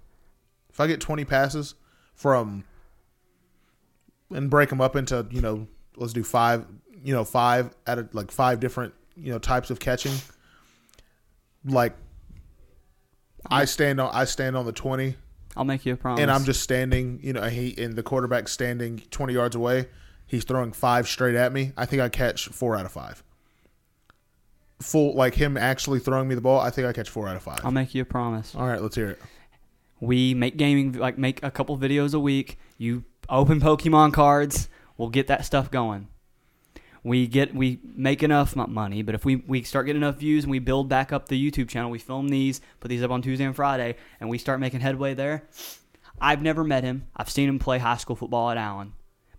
Speaker 2: if I get 20 passes from and break them up into, you know, let's do five, you know, five out of like five different, you know, types of catching. like I stand on I stand on the twenty
Speaker 1: I'll make you a promise.
Speaker 2: and I'm just standing, you know, he and the quarterback standing 20 yards away. He's throwing five straight at me. I think I catch four out of five. Full like him actually throwing me the ball. I think I catch four out of 5
Speaker 1: I'll make you a promise.
Speaker 2: All right, let's hear it.
Speaker 1: We make gaming like make a couple videos a week. You open Pokemon cards. We'll get that stuff going. We get we make enough not money, but if we we start getting enough views and we build back up the YouTube channel, we film these, put these up on Tuesday and Friday, and we start making headway there. I've never met him. I've seen him play high school football at Allen,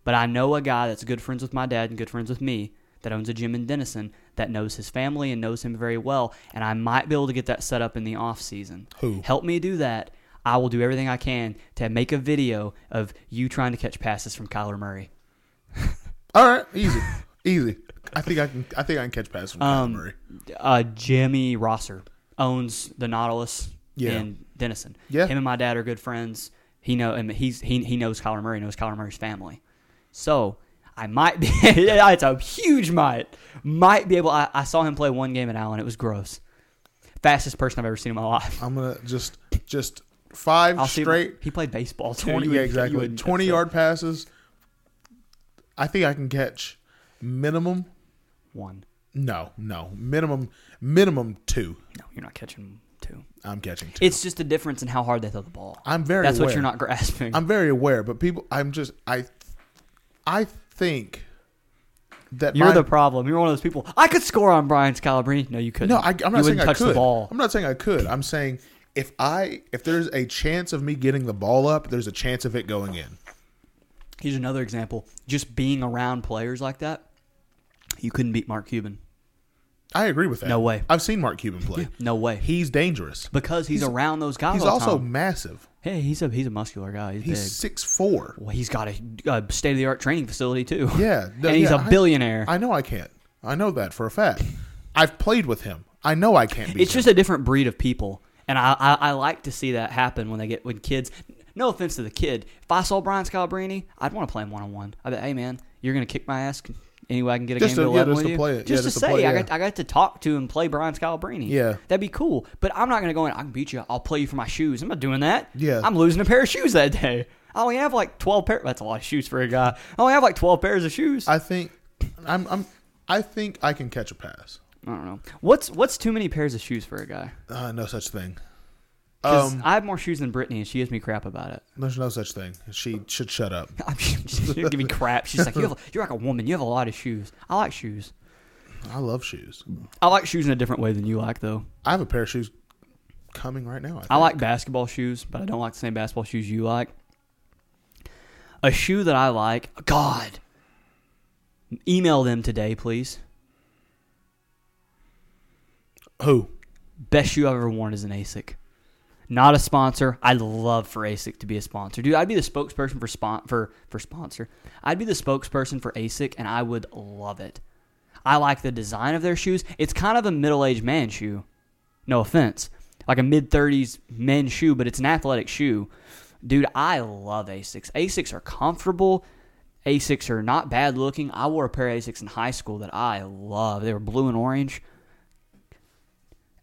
Speaker 1: but I know a guy that's good friends with my dad and good friends with me that owns a gym in Denison that knows his family and knows him very well, and I might be able to get that set up in the off season.
Speaker 2: Who?
Speaker 1: help me do that? I will do everything I can to make a video of you trying to catch passes from Kyler Murray.
Speaker 2: All right, easy, easy. I think I can. I think I can catch passes from Kyler
Speaker 1: Um,
Speaker 2: Murray.
Speaker 1: uh, Jimmy Rosser owns the Nautilus
Speaker 2: Yeah.
Speaker 1: in Denison.
Speaker 2: Yeah.
Speaker 1: him and my dad are good friends. He know and he's he he knows Kyler Murray, knows Kyler Murray's family. So I might be. yeah, it's a huge might. Might be able. I, I saw him play one game at Allen. It was gross. Fastest person I've ever seen in my life.
Speaker 2: I'm gonna just just 5
Speaker 1: I'll see him-
Speaker 2: straight
Speaker 1: He played baseball. too.
Speaker 2: twenty.
Speaker 1: You
Speaker 2: Yeah,
Speaker 1: would- you
Speaker 2: exactly.
Speaker 1: would-
Speaker 2: Twenty yard passes. I think I can catch minimum.
Speaker 1: one.
Speaker 2: No, no, minimum minimum two.
Speaker 1: No, you're not catching two.
Speaker 2: I'm catching two.
Speaker 1: It's just a difference in how hard they throw the ball.
Speaker 2: I'm very.
Speaker 1: That's what
Speaker 2: aware.
Speaker 1: you're not grasping.
Speaker 2: I'm very aware, but people, I'm just, I, I think that
Speaker 1: You're
Speaker 2: my-
Speaker 1: the problem. You're one of those people. I could score on Brian Scalabrine. No, you couldn't.
Speaker 2: no. I, I'm
Speaker 1: you
Speaker 2: not saying
Speaker 1: wouldn't
Speaker 2: I
Speaker 1: touch
Speaker 2: could.
Speaker 1: the ball.
Speaker 2: I'm not saying I could. I'm saying if I, if there's a chance of me getting the ball up, there's a chance of it going in.
Speaker 1: Here's another example. Just being around players like that, you couldn't beat Mark Cuban.
Speaker 2: I agree with that.
Speaker 1: No way.
Speaker 2: I've seen Mark Cuban play.
Speaker 1: No way.
Speaker 2: He's dangerous.
Speaker 1: Because he's, around those guys.
Speaker 2: He's
Speaker 1: all the
Speaker 2: also
Speaker 1: time.
Speaker 2: massive.
Speaker 1: hey, he's a he's a muscular guy. He's,
Speaker 2: He's
Speaker 1: big.
Speaker 2: six four.
Speaker 1: Well, he's got a, a state of the art training facility too.
Speaker 2: Yeah, no,
Speaker 1: and he's
Speaker 2: yeah,
Speaker 1: a
Speaker 2: I-
Speaker 1: billionaire.
Speaker 2: I know I can't. I know that for a fact. I've played with him. I know I can't beat
Speaker 1: it's
Speaker 2: him.
Speaker 1: just a different breed of people, and I, I I like to see that happen when they get when kids. No offense to the kid. If I saw Brian Scalabrine, I'd want to play him one on one. I bet, hey man, you're gonna kick my ass. Any way I can get a
Speaker 2: Just
Speaker 1: game
Speaker 2: to-
Speaker 1: to
Speaker 2: yeah,
Speaker 1: eleven
Speaker 2: just
Speaker 1: with
Speaker 2: to
Speaker 1: you,
Speaker 2: play it. Yeah,
Speaker 1: just to
Speaker 2: just to
Speaker 1: say,
Speaker 2: play,
Speaker 1: I
Speaker 2: yeah.
Speaker 1: got I got to talk to and play Brian Scalabrine.
Speaker 2: Yeah.
Speaker 1: that'd be cool. But I'm not gonna go in. I can beat you. I'll play you for my shoes. I'm not doing that.
Speaker 2: Yeah.
Speaker 1: I'm losing a pair of shoes that day. I only have like twelve pair. That's a lot of shoes for a guy. I only have like twelve pairs of shoes. I,
Speaker 2: I think I'm, I'm I think I can catch a pass.
Speaker 1: don't know. What's what's too many pairs of shoes for a guy?
Speaker 2: Uh, no such thing.
Speaker 1: 'Cause
Speaker 2: Um,
Speaker 1: I have more shoes than Brittany, and she gives me crap about it.
Speaker 2: there's no such thing. She should shut up.
Speaker 1: I'm just you're giving crap. She's like, you have, you're like a woman. You have a lot of shoes. I like shoes.
Speaker 2: I love shoes.
Speaker 1: I like shoes in a different way than you like, though.
Speaker 2: I have a pair of shoes coming right now. I, think.
Speaker 1: I like basketball shoes, but I don't like the same basketball shoes you like. A shoe that I like, God. Email them today, please.
Speaker 2: who?
Speaker 1: Best shoe I've ever worn is an ASIC. Not a sponsor. I'd love for ASIC to be a sponsor, dude. I'd be the spokesperson for spon- for for sponsor. I'd be the spokesperson for ASIC, and I would love it. I like the design of their shoes. It's kind of a middle aged man shoe. No offense, like a mid thirties men's shoe, but it's an athletic shoe, dude. I love ASICs. ASICs are comfortable. ASICs are not bad looking. I wore a pair of ASICs in high school that I love. They were blue and orange.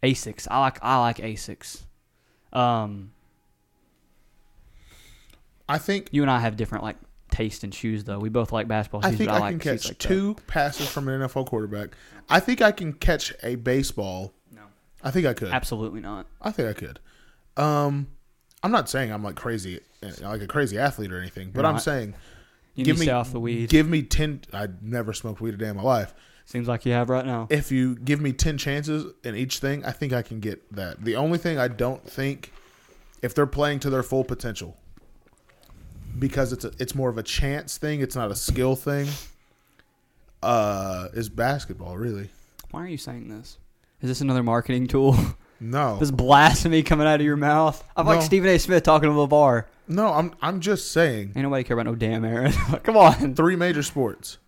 Speaker 1: ASICs. I like I like ASICs. Um,
Speaker 2: I think
Speaker 1: you and I have different like taste in shoes though. We both like basketball
Speaker 2: I
Speaker 1: shoes.
Speaker 2: think
Speaker 1: but
Speaker 2: I,
Speaker 1: like
Speaker 2: can
Speaker 1: shoes
Speaker 2: catch
Speaker 1: like that.
Speaker 2: two passes from an NFL quarterback. I think I can catch a baseball.
Speaker 1: No,
Speaker 2: I think I could.
Speaker 1: absolutely not.
Speaker 2: I think I could. Um, I'm not saying I'm like crazy, eh, like a crazy athlete or anything, but
Speaker 1: You're
Speaker 2: I'm
Speaker 1: not.
Speaker 2: saying
Speaker 1: You
Speaker 2: Give
Speaker 1: need to
Speaker 2: me-
Speaker 1: stay off the weed.
Speaker 2: give me ten. I never smoked weed a day in my life.
Speaker 1: Seems like you have right now.
Speaker 2: if you give me 10 chances in each thing, I think I can get that. The only thing I don't think if they're playing to their full potential because it's a, it's more of a chance thing, it's not a skill thing. Uh is basketball really?
Speaker 1: Why are you saying this? Is this another marketing tool?
Speaker 2: No.
Speaker 1: this blasphemy coming out of your mouth? I'm like
Speaker 2: No.
Speaker 1: Stephen A. Smith talking to LeVar.
Speaker 2: No, I'm I'm just saying
Speaker 1: Ain't nobody care about no damn Aaron. Come on.
Speaker 2: three major sports.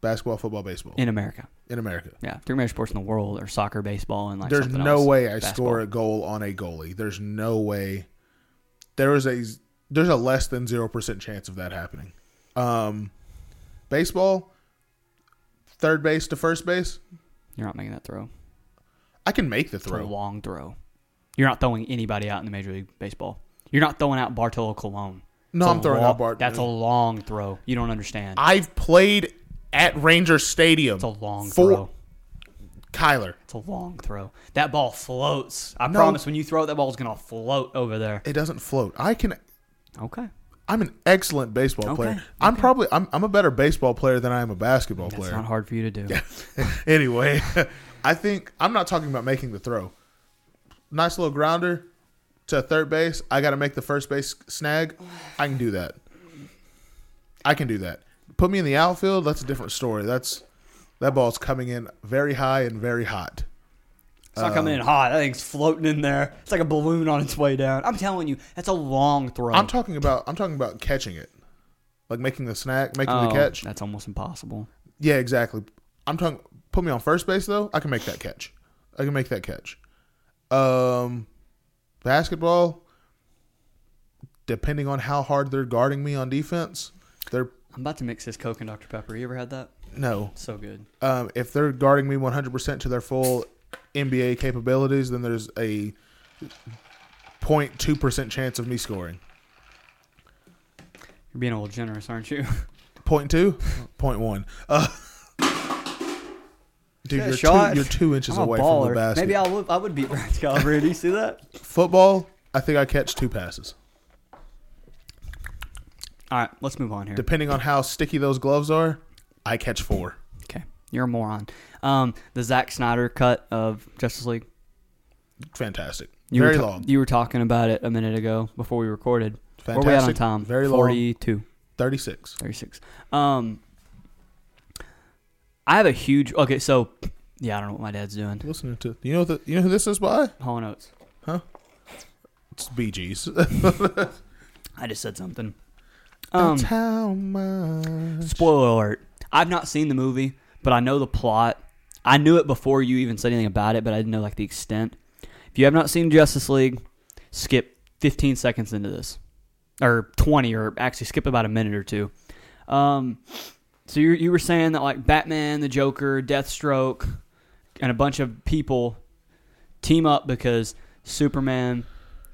Speaker 2: Basketball, football, baseball
Speaker 1: In America,
Speaker 2: in America.
Speaker 1: yeah, three major sports in the world are soccer, baseball, and like
Speaker 2: There's
Speaker 1: something
Speaker 2: no
Speaker 1: else.
Speaker 2: way I
Speaker 1: Basketball.
Speaker 2: score a goal on a goalie. There's no way. There is a there's a less than zero percent chance of that happening. Um, baseball, third base to first base.
Speaker 1: You're not making that throw.
Speaker 2: I I can make the
Speaker 1: It's a
Speaker 2: throw.
Speaker 1: long throw. You're not throwing anybody out in the Major League Baseball. You're not throwing out Bartolo Colon.
Speaker 2: No,
Speaker 1: It's a
Speaker 2: I'm throwing
Speaker 1: lo-
Speaker 2: out Bart-
Speaker 1: That's a long throw. You don't understand.
Speaker 2: I've played at Ranger Stadium.
Speaker 1: it's a long
Speaker 2: for-
Speaker 1: throw.
Speaker 2: Kyler.
Speaker 1: It's a long throw. That ball floats. I
Speaker 2: No.
Speaker 1: promise when you throw it, that ball's going to float over there.
Speaker 2: It doesn't float. I can.
Speaker 1: Okay.
Speaker 2: I'm an excellent baseball
Speaker 1: Okay,
Speaker 2: player. I'm probably. I'm, I'm a better baseball player than I am a basketball
Speaker 1: That's
Speaker 2: player.
Speaker 1: not hard for you to do.
Speaker 2: anyway, I think I'm not talking about making the throw. Nice little grounder to third base. I got to make the first base snag. I can do that. I can do that. Put me in the outfield. That's a different story. That's that ball's coming in very high and very hot.
Speaker 1: It's not
Speaker 2: Uh,
Speaker 1: coming in hot. That thing's floating in there. It's like a balloon on its way down. I'm telling you, that's a long throw.
Speaker 2: I'm talking about. I'm talking about catching it, like making the snag, making
Speaker 1: Oh,
Speaker 2: the catch.
Speaker 1: That's almost impossible.
Speaker 2: Yeah, exactly. I'm talking. Put me on first base though. I can make that catch. I can make that catch. Um, basketball. Depending on how hard they're guarding me on defense, they're
Speaker 1: I'm about to mix this Coke and Dr. Pepper. You ever had that?
Speaker 2: no.
Speaker 1: So good.
Speaker 2: Um, if they're guarding me 100 percent to their full NBA capabilities, then there's a 0.2 percent chance of me scoring.
Speaker 1: You're being a little generous, aren't you?
Speaker 2: Point two, point one. Uh, dude,
Speaker 1: Yeah,
Speaker 2: you're
Speaker 1: shot.
Speaker 2: two, you're two inches
Speaker 1: I'm a
Speaker 2: away from the
Speaker 1: baller.
Speaker 2: basket.
Speaker 1: Maybe I would, I would beat Brad Calvary. Do you see that?
Speaker 2: Football, I think I catch two passes.
Speaker 1: All right, let's move on here.
Speaker 2: Depending on how sticky those gloves are, I catch four.
Speaker 1: okay, you're a moron. Um, the Zack Snyder cut of Justice League.
Speaker 2: Fantastic.
Speaker 1: You
Speaker 2: Very
Speaker 1: were ta-
Speaker 2: long.
Speaker 1: You were talking about it a minute ago before we recorded. Where we at on
Speaker 2: Fantastic.
Speaker 1: time?
Speaker 2: Very long.
Speaker 1: 42.
Speaker 2: 36.
Speaker 1: 36. Um, I have a huge. Okay, so yeah, I don't know what my dad's doing.
Speaker 2: Listening to you know the, you know who this is by?
Speaker 1: Hall and Oates.
Speaker 2: It's Bee Gees.
Speaker 1: Um, I just said something. Um,
Speaker 2: That's how much.
Speaker 1: spoiler alert. I've not seen the movie, but I know the plot. I knew it before you even said anything about it, but I didn't know like the extent. If you have not seen Justice League, skip 15 seconds into this, or 20, or actually skip about a minute or two. Um, so you you were saying that like Batman, the Joker, Deathstroke, and a bunch of people team up because Superman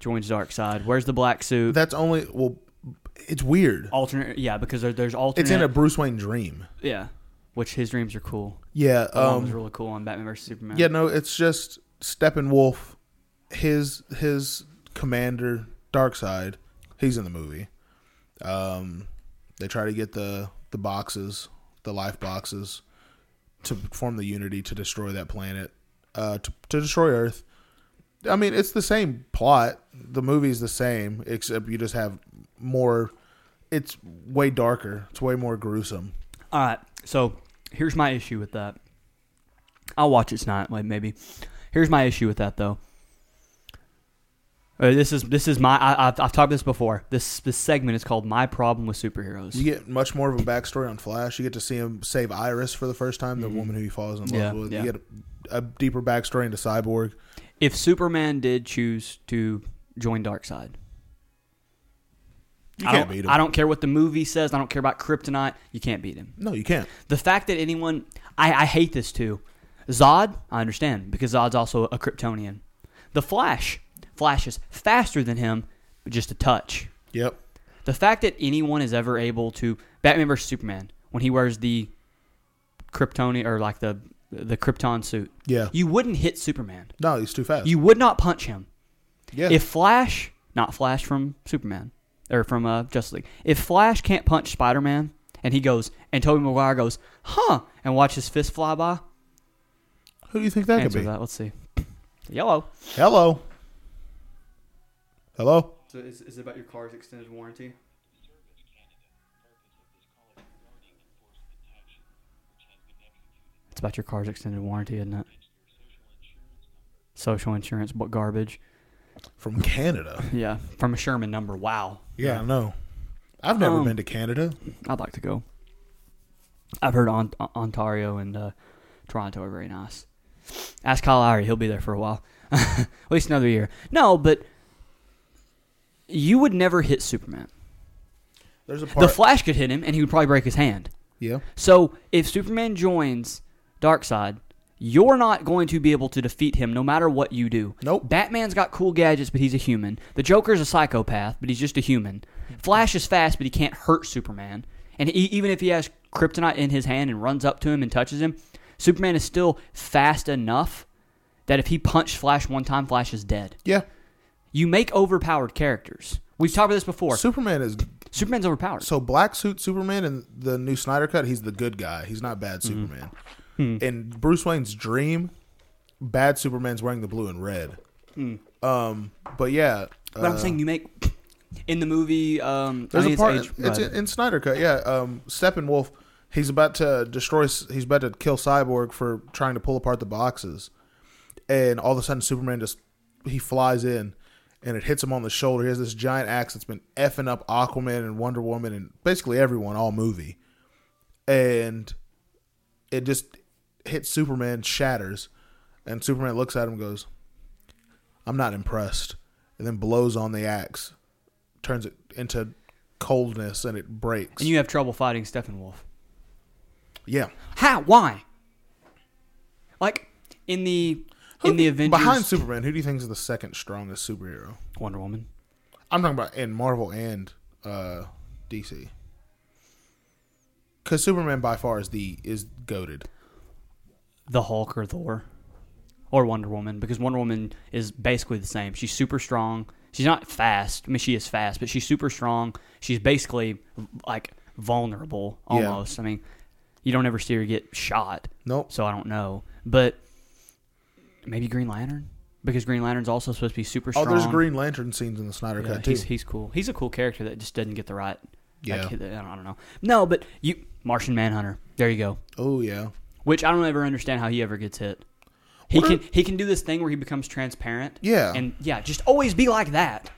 Speaker 1: joins Darkseid. Where's the black suit?
Speaker 2: That's only well. It's weird.
Speaker 1: alternate, yeah, because there, there's alternate.
Speaker 2: It's in a Bruce Wayne dream.
Speaker 1: Yeah. Which his dreams are cool.
Speaker 2: Yeah.
Speaker 1: The one was
Speaker 2: Um.
Speaker 1: really cool on Batman vs Superman.
Speaker 2: Yeah. No. It's just Steppenwolf. His his commander Darkseid. He's in the movie. Um, they try to get the the boxes, the life boxes, to form the unity to destroy that planet, uh, to, to destroy Earth. I mean, it's the same plot. The movie's the same, except you just have more. It's way darker. It's way more gruesome.
Speaker 1: All right. So here's my issue with that. I'll watch it tonight, like maybe. Here's my issue with that though. Uh, this is this is my I, I've, I've talked this before. This this segment is called "My Problem with Superheroes."
Speaker 2: You get much more of a backstory on Flash. You get to see him save Iris for the first time, the woman who he falls in love
Speaker 1: Mm-hmm. Yeah,
Speaker 2: with.
Speaker 1: yeah.
Speaker 2: You get a, a deeper backstory into Cyborg.
Speaker 1: If Superman did choose to join Darkseid,
Speaker 2: You
Speaker 1: I don't,
Speaker 2: can't beat him.
Speaker 1: I don't care what the movie says. I don't care about Kryptonite. You can't beat him.
Speaker 2: No, you can't.
Speaker 1: The fact that anyone, I, I hate this too. Zod, I understand because Zod's also a Kryptonian. The Flash, Flash is faster than him, but just a touch.
Speaker 2: Yep.
Speaker 1: The fact that anyone is ever able to Batman versus Superman when he wears the Kryptonian or like the the Krypton suit,
Speaker 2: Yeah.
Speaker 1: you wouldn't hit Superman.
Speaker 2: No, he's too fast.
Speaker 1: You would not punch him.
Speaker 2: yeah.
Speaker 1: If Flash, not Flash from Superman or from uh, Justice League, if Flash can't punch Spider Man and he goes and Tobey Maguire goes, huh, and watch his fist fly by,
Speaker 2: who do you think that could
Speaker 1: answer
Speaker 2: be?
Speaker 1: that. Let's see. Yellow.
Speaker 2: Hello. Hello.
Speaker 1: So is, is it about your car's extended warranty? It's about your car's extended warranty, isn't it? Social insurance, but garbage.
Speaker 2: From Canada.
Speaker 1: Yeah, from a Sherman number. Wow.
Speaker 2: Yeah, I know. I've never
Speaker 1: Um,
Speaker 2: been to Canada.
Speaker 1: I'd like to go. I've heard on, Ontario and uh, Toronto are very nice. Ask Kyle Lowry; he'll be there for a while, at least another year. No, but you would never hit Superman.
Speaker 2: There's a
Speaker 1: The
Speaker 2: part.
Speaker 1: Flash could hit him, and he would probably break his hand.
Speaker 2: yeah.
Speaker 1: So if Superman joins Darkseid, You're not going to be able to defeat him no matter what you do.
Speaker 2: Nope.
Speaker 1: Batman's got cool gadgets, but he's a human. The Joker's a psychopath, but he's just a human. Flash is fast, but he can't hurt Superman. And e even if he has kryptonite in his hand and runs up to him and touches him, Superman is still fast enough that if he punched Flash one time, Flash is dead.
Speaker 2: Yeah.
Speaker 1: You make overpowered characters. We've talked about this before.
Speaker 2: Superman is
Speaker 1: Superman's overpowered.
Speaker 2: so black suit Superman and the new Snyder cut. He's the good guy. He's not bad Superman. And Bruce Wayne's dream, bad Superman's wearing the blue and red. Um, but yeah,
Speaker 1: but I'm saying you make in the movie. Um, I
Speaker 2: Uh, There's
Speaker 1: think
Speaker 2: a part
Speaker 1: it's age,
Speaker 2: it's in, in Snyder Cut, yeah. Um, Steppenwolf, he's about to destroy. He's about to kill Cyborg for trying to pull apart the boxes, and all of a sudden Superman just he flies in, and it hits him on the shoulder. He has this giant axe that's been effing up Aquaman and Wonder Woman and basically everyone all movie, and it just hits Superman, shatters, and Superman looks at him, and goes, "I'm not impressed," and then blows on the axe turns it into coldness and it breaks.
Speaker 1: and you have trouble fighting Steppenwolf.
Speaker 2: yeah.
Speaker 1: How? Why? Like in the
Speaker 2: Who
Speaker 1: in the
Speaker 2: do-
Speaker 1: Avengers,
Speaker 2: behind Superman, who do you think is the second strongest superhero?
Speaker 1: Wonder Woman.
Speaker 2: I'm talking about in Marvel and uh, DC. Because Superman by far is the is goaded.
Speaker 1: the Hulk or Thor or Wonder Woman because Wonder Woman is basically the same. She's super strong. She's not fast. I mean, she is fast, but she's super strong. She's basically like vulnerable
Speaker 2: Yeah.
Speaker 1: almost. I mean, you don't ever see her get shot,
Speaker 2: Nope.
Speaker 1: so I don't know. But maybe Green Lantern because Green Lantern's also supposed to be super
Speaker 2: Oh,
Speaker 1: strong.
Speaker 2: there's Green Lantern scenes in the Snyder
Speaker 1: Yeah,
Speaker 2: Cut too.
Speaker 1: he's he's cool. He's a cool character that just doesn't get the right.
Speaker 2: Yeah.
Speaker 1: like, I don't, I don't know. No, but you Martian Manhunter. There you go
Speaker 2: oh yeah.
Speaker 1: which I don't ever understand how he ever gets hit. He
Speaker 2: What are-
Speaker 1: can he can do this thing where he becomes transparent.
Speaker 2: Yeah.
Speaker 1: and yeah, just always be like that.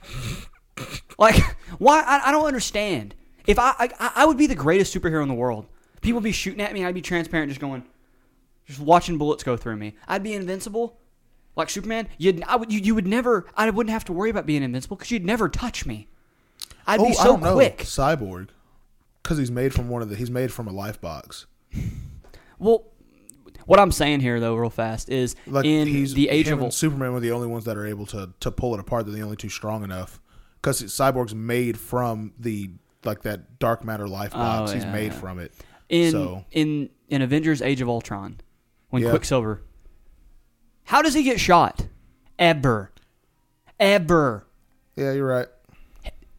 Speaker 1: like why? I, I don't understand. If I, I- I I would be the greatest superhero in the world, people would be shooting at me. I'd be transparent, just going, just watching bullets go through me. I'd be invincible, like Superman. You'd I would you, you would never I wouldn't have to worry about being invincible because you'd never touch me. I'd
Speaker 2: oh,
Speaker 1: be
Speaker 2: I
Speaker 1: so
Speaker 2: don't know.
Speaker 1: quick.
Speaker 2: Cyborg, because he's made from one of the. He's made from a life box.
Speaker 1: Well, what I'm saying here though, real fast, is
Speaker 2: Like
Speaker 1: in
Speaker 2: he's
Speaker 1: the age
Speaker 2: him
Speaker 1: of
Speaker 2: and Superman were the only ones that are able to to pull it apart. They're the only two strong enough because Cyborg's made from the like that dark matter life box. He's
Speaker 1: yeah,
Speaker 2: made
Speaker 1: Oh, yeah.
Speaker 2: from it.
Speaker 1: in
Speaker 2: So-
Speaker 1: in in Avengers: Age of Ultron when
Speaker 2: Yeah.
Speaker 1: Quicksilver. How does he get shot? Ever, ever
Speaker 2: Yeah, you're right.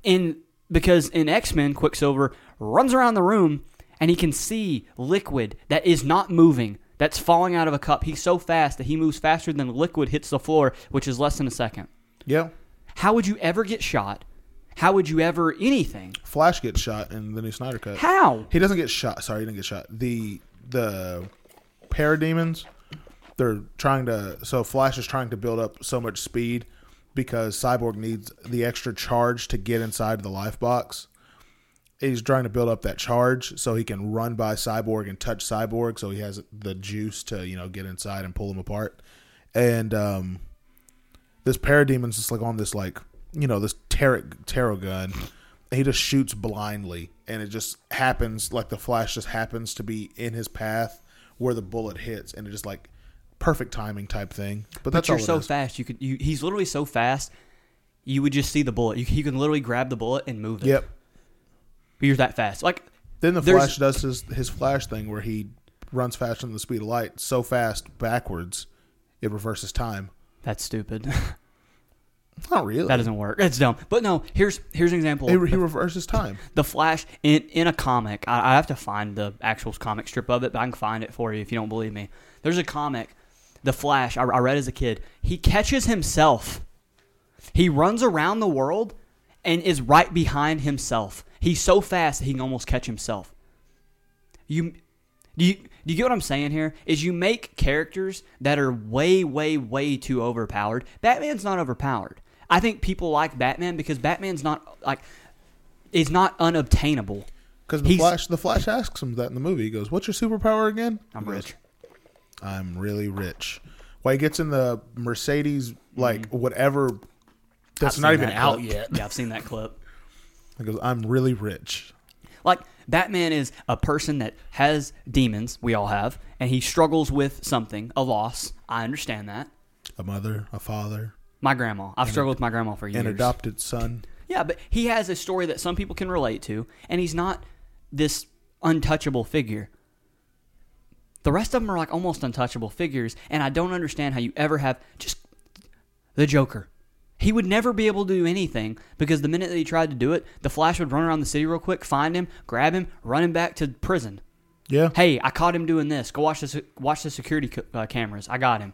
Speaker 1: in because in X Men, Quicksilver runs around the room and he can see liquid that is not moving. That's falling out of a cup. He's so fast that he moves faster than liquid hits the floor, which is less than a second.
Speaker 2: Yeah,
Speaker 1: How would you ever get shot? How would you ever anything?
Speaker 2: Flash gets shot in the new Snyder cut.
Speaker 1: How?
Speaker 2: He doesn't get shot. Sorry, he didn't get shot. The the parademons, they're trying to. So Flash is trying to build up so much speed because Cyborg needs the extra charge to get inside the life box. He's trying to build up that charge so he can run by Cyborg and touch Cyborg, so he has the juice to you know get inside and pull him apart. And um, this parademon's just like on this like you know this tarot tarot gun and he just shoots blindly and it just happens like the flash just happens to be in his path where the bullet hits and it just like perfect timing type thing but
Speaker 1: but
Speaker 2: that's
Speaker 1: you're
Speaker 2: all it
Speaker 1: so
Speaker 2: is.
Speaker 1: fast. You could. You, he's literally so fast. You would just see the bullet. You, you can literally grab the bullet and move it.
Speaker 2: yep
Speaker 1: You're that fast. Like
Speaker 2: then the
Speaker 1: There's-
Speaker 2: flash does his, his flash thing where he runs faster than the speed of light so fast backwards it reverses time
Speaker 1: that's stupid.
Speaker 2: not really
Speaker 1: that doesn't work. That's dumb. But no, here's here's an example.
Speaker 2: he, he reverses time
Speaker 1: the Flash in in a comic. I, I have to find the actual comic strip of it, but I can find it for you if you don't believe me. There's a comic, The Flash. I, I read as a kid. He catches himself. He runs around the world and is right behind himself. He's so fast that he can almost catch himself. You do you do you get what I'm saying here? Is you make characters that are way, way, way too overpowered. Batman's not overpowered. I think people like Batman because Batman's not like is not unobtainable.
Speaker 2: because the
Speaker 1: He's-
Speaker 2: flash the flash asks him that in the movie he goes what's your superpower again
Speaker 1: I'm
Speaker 2: He goes,
Speaker 1: rich.
Speaker 2: I'm really rich. Well, he gets in the Mercedes, like whatever that's
Speaker 1: I've
Speaker 2: not
Speaker 1: seen
Speaker 2: even
Speaker 1: that
Speaker 2: out
Speaker 1: clip.
Speaker 2: yet.
Speaker 1: Yeah, I've seen that clip.
Speaker 2: He goes, I'm really rich.
Speaker 1: Like Batman is a person that has demons, we all have, and he struggles with something, a loss. I understand that.
Speaker 2: A mother, a father,
Speaker 1: My grandma. I've struggled with my grandma for years.
Speaker 2: an adopted son.
Speaker 1: Yeah, but he has a story that some people can relate to, and he's not this untouchable figure. The rest of them are like almost untouchable figures, and I don't understand how you ever have just the Joker. He would never be able to do anything because the minute that he tried to do it, the Flash would run around the city real quick, find him, grab him, run him back to prison.
Speaker 2: Yeah.
Speaker 1: Hey, I caught him doing this. Go watch the se- watch the security c- uh, cameras. I got him.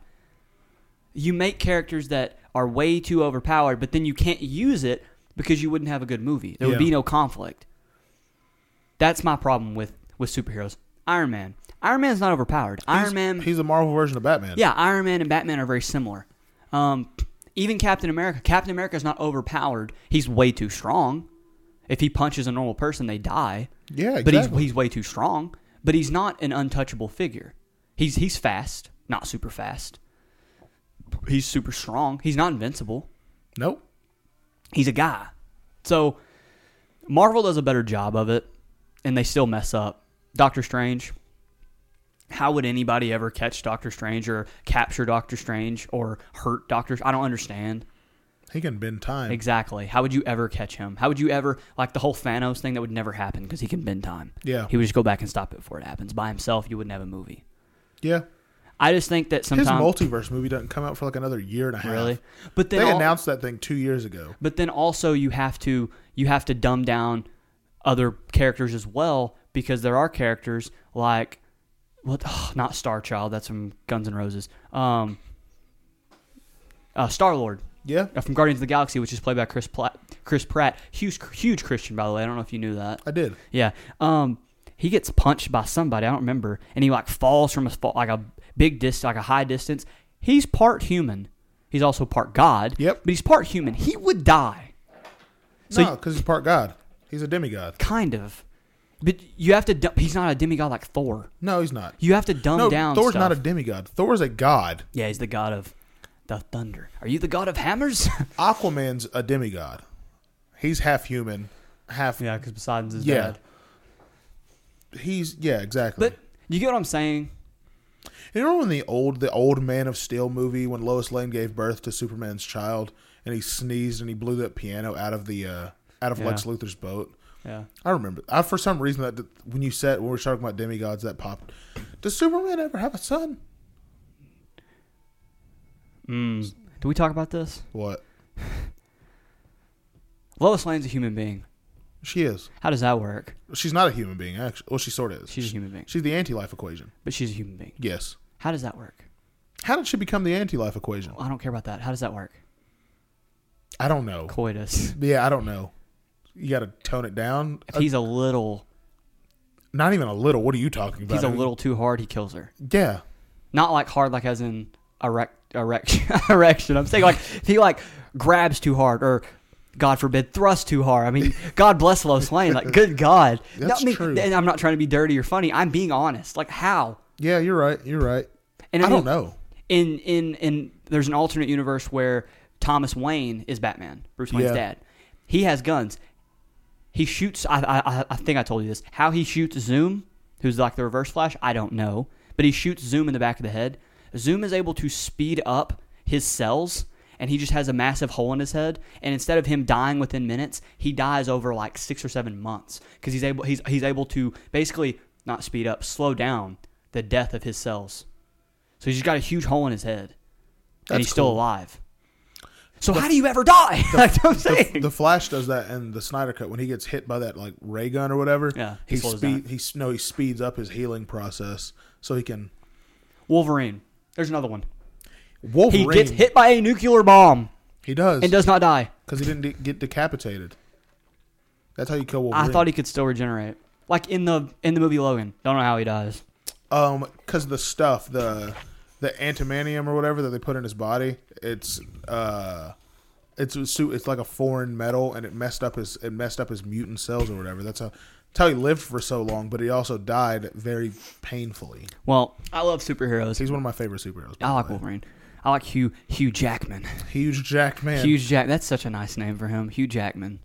Speaker 1: You make characters that are way too overpowered, but then you can't use it because you wouldn't have a good movie. There would
Speaker 2: Yeah.
Speaker 1: be no conflict. That's my problem with with superheroes. Iron Man. Iron Man's not overpowered.
Speaker 2: He's-
Speaker 1: Iron Man.
Speaker 2: He's a Marvel version of Batman.
Speaker 1: Yeah, Iron Man and Batman are very similar. Um, even Captain America. Captain America is not overpowered. He's way too strong. If he punches a normal person, they die.
Speaker 2: Yeah,
Speaker 1: But
Speaker 2: exactly.
Speaker 1: he's, he's way too strong. But he's not an untouchable figure. He's he's fast, not super fast. He's super strong. He's not invincible
Speaker 2: Nope.
Speaker 1: he's a guy. So Marvel does a better job of it, and they still mess up. Doctor Strange. How would anybody ever catch Doctor Strange or capture Doctor Strange or hurt Doctor? I don't understand
Speaker 2: He can bend time.
Speaker 1: exactly. How would you ever catch him? How would you ever like the whole Thanos thing that would never happen because he can bend time.
Speaker 2: Yeah.
Speaker 1: he would just go back and stop it before it happens by himself. You wouldn't have a movie.
Speaker 2: yeah.
Speaker 1: I just think that
Speaker 2: His
Speaker 1: sometimes
Speaker 2: multiverse movie doesn't come out for like another year and a half.
Speaker 1: really, but then
Speaker 2: They
Speaker 1: all-
Speaker 2: announced that thing two years ago.
Speaker 1: but then also you have to you have to dumb down other characters as well because there are characters like what ugh, not Star Child that's from Guns N' Roses um uh, Star Lord
Speaker 2: Yeah.
Speaker 1: from Guardians of the Galaxy which is played by Chris Platt, Chris Pratt huge huge Christian by the way I don't know if you knew that
Speaker 2: I did.
Speaker 1: yeah um he gets punched by somebody I don't remember and he like falls from a fa- like a big distance like a high distance he's part human he's also part God
Speaker 2: Yep.
Speaker 1: but he's part human he would die
Speaker 2: No,
Speaker 1: So
Speaker 2: 'cause no, because he's part god. He's a demigod.
Speaker 1: kind of. But you have to. Dumb, he's not a demigod like Thor.
Speaker 2: No, he's not.
Speaker 1: You have to dumb
Speaker 2: no,
Speaker 1: down.
Speaker 2: Thor's
Speaker 1: stuff.
Speaker 2: not a demigod. Thor's a god.
Speaker 1: yeah, he's the god of the thunder. Are you the god of hammers?
Speaker 2: Aquaman's a demigod. He's half human, half
Speaker 1: yeah, because Poseidon's is
Speaker 2: Yeah. He's yeah, exactly.
Speaker 1: But you get what I'm saying?
Speaker 2: you remember when the old the old Man of Steel movie when Lois Lane gave birth to Superman's child and he sneezed and he blew that piano out of the uh, out of Lex
Speaker 1: Yeah.
Speaker 2: Luthor's boat.
Speaker 1: Yeah.
Speaker 2: I remember. I for some reason that when you said when we were talking about demigods that popped. Does Superman ever have a son?
Speaker 1: Mm. Did we talk about this?
Speaker 2: What
Speaker 1: Lois Lane's a human being.
Speaker 2: she is.
Speaker 1: How does that work?
Speaker 2: She's not a human being. Actually, well, she sort of is.
Speaker 1: She's a human being,
Speaker 2: She's the anti-life equation.
Speaker 1: but she's a human being.
Speaker 2: Yes.
Speaker 1: How does that work?
Speaker 2: How did she become the anti-life equation?
Speaker 1: I don't care about that. How does that work?
Speaker 2: I don't know.
Speaker 1: Coitus.
Speaker 2: Yeah, I don't know. You got to tone it down.
Speaker 1: If
Speaker 2: Uh,
Speaker 1: he's a little,
Speaker 2: not even a little. What are you talking
Speaker 1: if
Speaker 2: about?
Speaker 1: he's a little too hard. He kills her.
Speaker 2: Yeah.
Speaker 1: Not like hard, like as in erect, erection. erection. I'm saying like if he like grabs too hard or. God forbid, thrusts too hard. I mean, God bless Lois Lane. Like, good God. No,
Speaker 2: That's
Speaker 1: I mean,
Speaker 2: true.
Speaker 1: And I'm not trying to be dirty or funny. I'm being honest. Like, how?
Speaker 2: Yeah, you're right. You're right.
Speaker 1: And
Speaker 2: I
Speaker 1: mean,
Speaker 2: don't know.
Speaker 1: In in in, there's an alternate universe where Thomas Wayne is Batman, Bruce Wayne's
Speaker 2: Yeah.
Speaker 1: dad. He has guns. He shoots. I, I I- I think I told you this. How he shoots Zoom, who's like the Reverse Flash, I don't know. But he shoots Zoom in the back of the head. Zoom is able to speed up his cells, and he just has a massive hole in his head. And instead of him dying within minutes, he dies over like six or seven months because he's able he's he's able to basically not speed up, slow down the death of his cells. So he's just got a huge hole in his head, and
Speaker 2: That's
Speaker 1: he's still
Speaker 2: cool.
Speaker 1: alive. So how do you ever die? That's what I'm saying.
Speaker 2: The Flash does that in the Snyder cut when he gets hit by that like ray gun or whatever.
Speaker 1: Yeah, he
Speaker 2: he, he
Speaker 1: slows
Speaker 2: speed
Speaker 1: down.
Speaker 2: he no he speeds up his healing process so he can.
Speaker 1: Wolverine. There's another one.
Speaker 2: Wolverine.
Speaker 1: He gets hit by a nuclear bomb
Speaker 2: He does
Speaker 1: and does not die.
Speaker 2: because he didn't de- get decapitated. That's how you kill
Speaker 1: I
Speaker 2: Wolverine.
Speaker 1: thought he could still regenerate. Like in the in the movie Logan. Don't know how he dies.
Speaker 2: Um, because the stuff, the the antimanium or whatever that they put in his body, it's uh, it's a su- it's like a foreign metal, and it messed up his it messed up his mutant cells or whatever. That's how that's how he lived for so long, but he also died very painfully.
Speaker 1: Well, I love superheroes.
Speaker 2: He's one of my favorite superheroes. by
Speaker 1: I like
Speaker 2: the way.
Speaker 1: Wolverine. I like Hugh Hugh Jackman.
Speaker 2: Huge jacked man. Huge,
Speaker 1: Huge Jack. That's such a nice name for him. Hugh Jackman.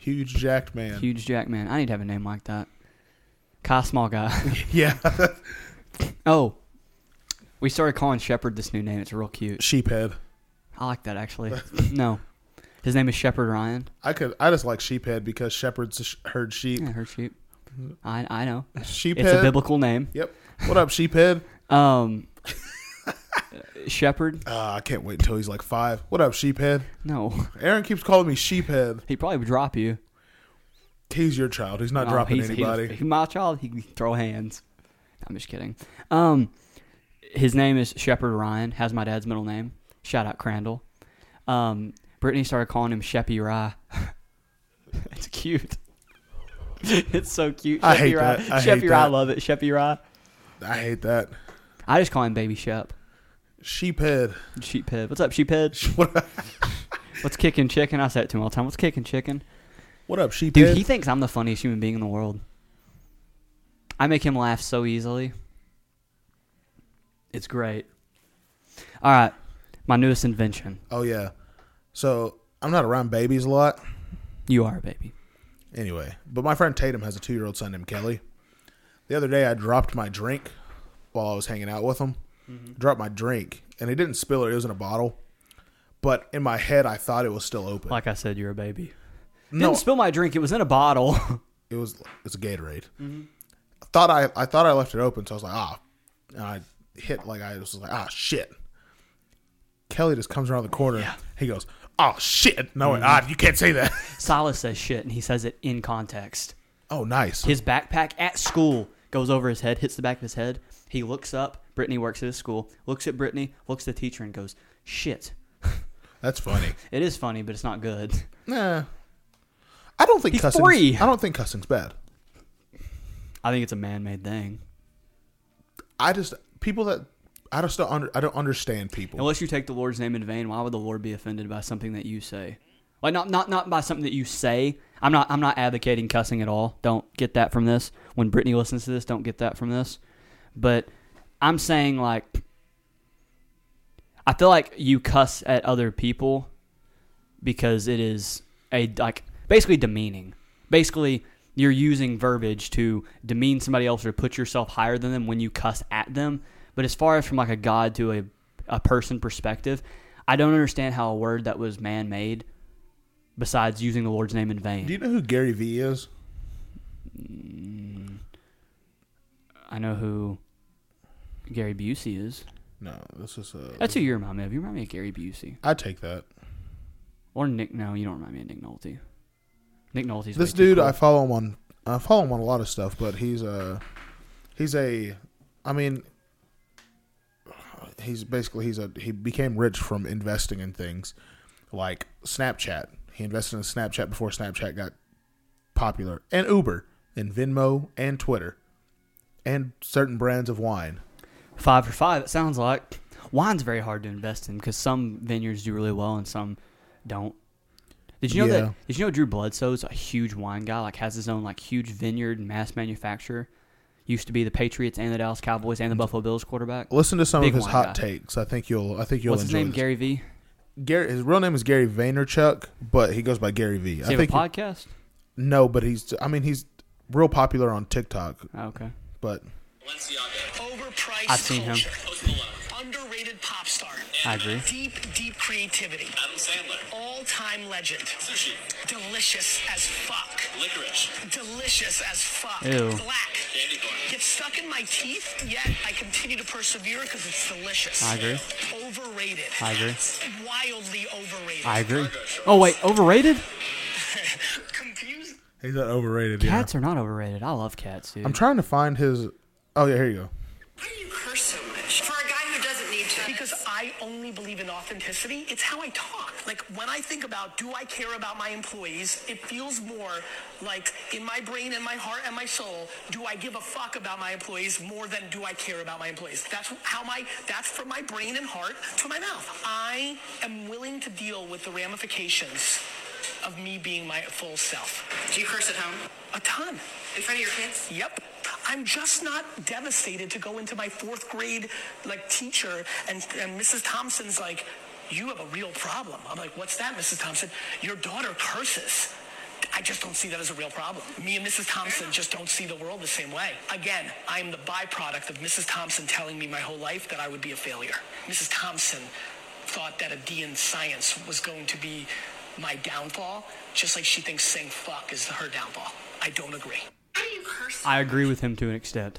Speaker 2: jacked man.
Speaker 1: Huge Jackman. I need to have a name like that. Kai Small Guy.
Speaker 2: Yeah,
Speaker 1: oh, we started calling Shepard this new name. It's real cute.
Speaker 2: sheephead.
Speaker 1: I like that actually. no, his name is Shepard Ryan.
Speaker 2: I could. I just like sheephead because shepherds sh- herd sheep.
Speaker 1: Yeah, her sheep. I I know.
Speaker 2: Sheephead.
Speaker 1: It's a biblical name.
Speaker 2: Yep. What up, sheephead?
Speaker 1: Um, Shepard.
Speaker 2: Uh, I can't wait until he's like five. What up, sheephead?
Speaker 1: No,
Speaker 2: Aaron keeps calling me sheephead.
Speaker 1: he probably would drop you.
Speaker 2: He's your child. He's not
Speaker 1: Oh,
Speaker 2: dropping
Speaker 1: he's- he's-
Speaker 2: anybody.
Speaker 1: he's my child, he can throw hands. I'm just kidding. Um, his name is Shepard Ryan. Has my dad's middle name. Shout out Crandall. Um, Brittany started calling him Sheppy Rye. it's cute. it's so cute. Sheppy
Speaker 2: I hate
Speaker 1: Rye.
Speaker 2: that. I
Speaker 1: Sheppy
Speaker 2: hate
Speaker 1: Rye, I
Speaker 2: that.
Speaker 1: love it. Sheppy Rye.
Speaker 2: I hate that.
Speaker 1: I just call him Baby Shep.
Speaker 2: Sheephead.
Speaker 1: Sheephead. What's up, Sheephead?
Speaker 2: What up,
Speaker 1: What's kicking chicken? I say it to him all the time. What's kicking chicken?
Speaker 2: what up sheephead?
Speaker 1: Dude, he thinks I'm the funniest human being in the world. I make him laugh so easily. It's great. All right, my newest invention.
Speaker 2: oh yeah. So I'm not around babies a lot.
Speaker 1: You are a baby.
Speaker 2: Anyway, but my friend Tatum has a two year old son named Kelly. The other day, I dropped my drink while I was hanging out with him.
Speaker 1: Mm-hmm.
Speaker 2: Dropped my drink, and it didn't spill it. It was in a bottle. But in my head, I thought it was still open.
Speaker 1: Like I said, you're a baby.
Speaker 2: no,
Speaker 1: Didn't spill my drink. It was in a bottle.
Speaker 2: it was it's a Gatorade.
Speaker 1: Mm-hmm.
Speaker 2: I thought I I thought I left it open, so I was like ah, and I hit like I was like ah shit. Kelly just comes around the corner. He goes oh shit. No, wait,
Speaker 1: Mm-hmm.
Speaker 2: ah, you can't say that.
Speaker 1: Silas says shit, and he says it in context.
Speaker 2: oh, nice.
Speaker 1: His backpack at school goes over his head, hits the back of his head. He looks up. Brittany works at his school. Looks at Brittany. Looks at the teacher and goes, "Shit."
Speaker 2: That's funny.
Speaker 1: It is funny, but it's not good.
Speaker 2: Nah. I don't think
Speaker 1: He's
Speaker 2: cussing.
Speaker 1: three.
Speaker 2: I don't think cussing's bad.
Speaker 1: I think it's a man-made thing.
Speaker 2: I just people that I just don't under, I don't understand people.
Speaker 1: Unless you take the Lord's name in vain, why would the Lord be offended by something that you say? Like not not not by something that you say. I'm not I'm not advocating cussing at all. Don't get that from this. When Brittany listens to this, don't get that from this. But I'm saying like I feel like you cuss at other people because it is a like basically demeaning. Basically, you're using verbiage to demean somebody else or put yourself higher than them when you cuss at them. But as far as from like a god to a a person perspective, I don't understand how a word that was man made, besides using the Lord's name in vain.
Speaker 2: Do you know who Gary Vee is?
Speaker 1: I know who Gary Busey is.
Speaker 2: No, this is a.
Speaker 1: That's who you remind me of. You remind me of Gary Busey
Speaker 2: I take that.
Speaker 1: or Nick. No, you don't remind me of Nick Nolte. Nick Nolte's
Speaker 2: This
Speaker 1: way too
Speaker 2: dude,
Speaker 1: cool.
Speaker 2: I follow him on. I follow him on a lot of stuff, but he's a. He's a. I mean. He's basically he's a he became rich from investing in things, like Snapchat. He invested in Snapchat before Snapchat got popular, and Uber, and Venmo, and Twitter, and certain brands of wine.
Speaker 1: Five for five, it sounds like. Wine's very hard to invest in because some vineyards do really well and some don't. Did you know
Speaker 2: Yeah.
Speaker 1: that? Did you know Drew Bledsoe's a huge wine guy? Like has his own like huge vineyard and mass manufacturer. Used to be the Patriots and the Dallas Cowboys and the Buffalo Bills quarterback.
Speaker 2: Listen to some
Speaker 1: Big
Speaker 2: of his
Speaker 1: wine
Speaker 2: hot
Speaker 1: guy.
Speaker 2: takes. I think you'll. I think you'll
Speaker 1: What's his
Speaker 2: enjoy
Speaker 1: name?
Speaker 2: this.
Speaker 1: Gary V.
Speaker 2: Gary. His real name is Gary Vaynerchuk, but he goes by Gary V. I
Speaker 1: Does he have a
Speaker 2: think
Speaker 1: podcast?
Speaker 2: no, but he's. I mean, he's real popular on TikTok.
Speaker 1: Oh, okay.
Speaker 2: But
Speaker 3: Balenciaga. Overpriced
Speaker 1: I've seen him.
Speaker 3: culture. Post Malone. Underrated pop star.
Speaker 1: I agree.
Speaker 3: Deep, deep creativity.
Speaker 4: Adam Sandler.
Speaker 3: All-time legend.
Speaker 4: Sushi.
Speaker 3: Delicious as fuck.
Speaker 4: Licorice.
Speaker 3: Delicious as fuck.
Speaker 1: Ew.
Speaker 3: Black.
Speaker 4: Candy corn.
Speaker 3: Gets stuck in my teeth, yet I continue to persevere because it's delicious.
Speaker 1: I agree.
Speaker 3: Overrated.
Speaker 1: I agree.
Speaker 3: Wildly overrated.
Speaker 1: I agree. Oh wait, overrated?
Speaker 3: Confused.
Speaker 2: he's not overrated. yeah.
Speaker 1: Cats are not overrated. I love cats, dude.
Speaker 2: I'm trying to find his. Oh yeah, here you go.
Speaker 5: Why do you curse so much? For a guy who doesn't need to.
Speaker 3: Because I only believe in authenticity. It's how I talk. Like when I think about do I care about my employees, it feels more like in my brain and my heart and my soul, do I give a fuck about my employees more than do I care about my employees? That's how my that's from my brain and heart to my mouth. I am willing to deal with the ramifications of me being my full self.
Speaker 5: Do you curse at home?
Speaker 3: A ton.
Speaker 5: In front of your kids?
Speaker 3: Yep. I'm just not devastated to go into my fourth grade like teacher and, and Mrs. Thompson's like, you have a real problem. I'm like, what's that, Mrs. Thompson? Your daughter curses. I I just don't see that as a real problem. Me and Mrs. Thompson just don't see the world the same way. Again, I am the byproduct of Mrs. Thompson telling me my whole life that I would be a failure. Mrs. Thompson thought that a D in science was going to be my downfall, just like she thinks saying fuck is her downfall. I don't agree.
Speaker 5: How do you curse?
Speaker 1: I agree with him to an extent.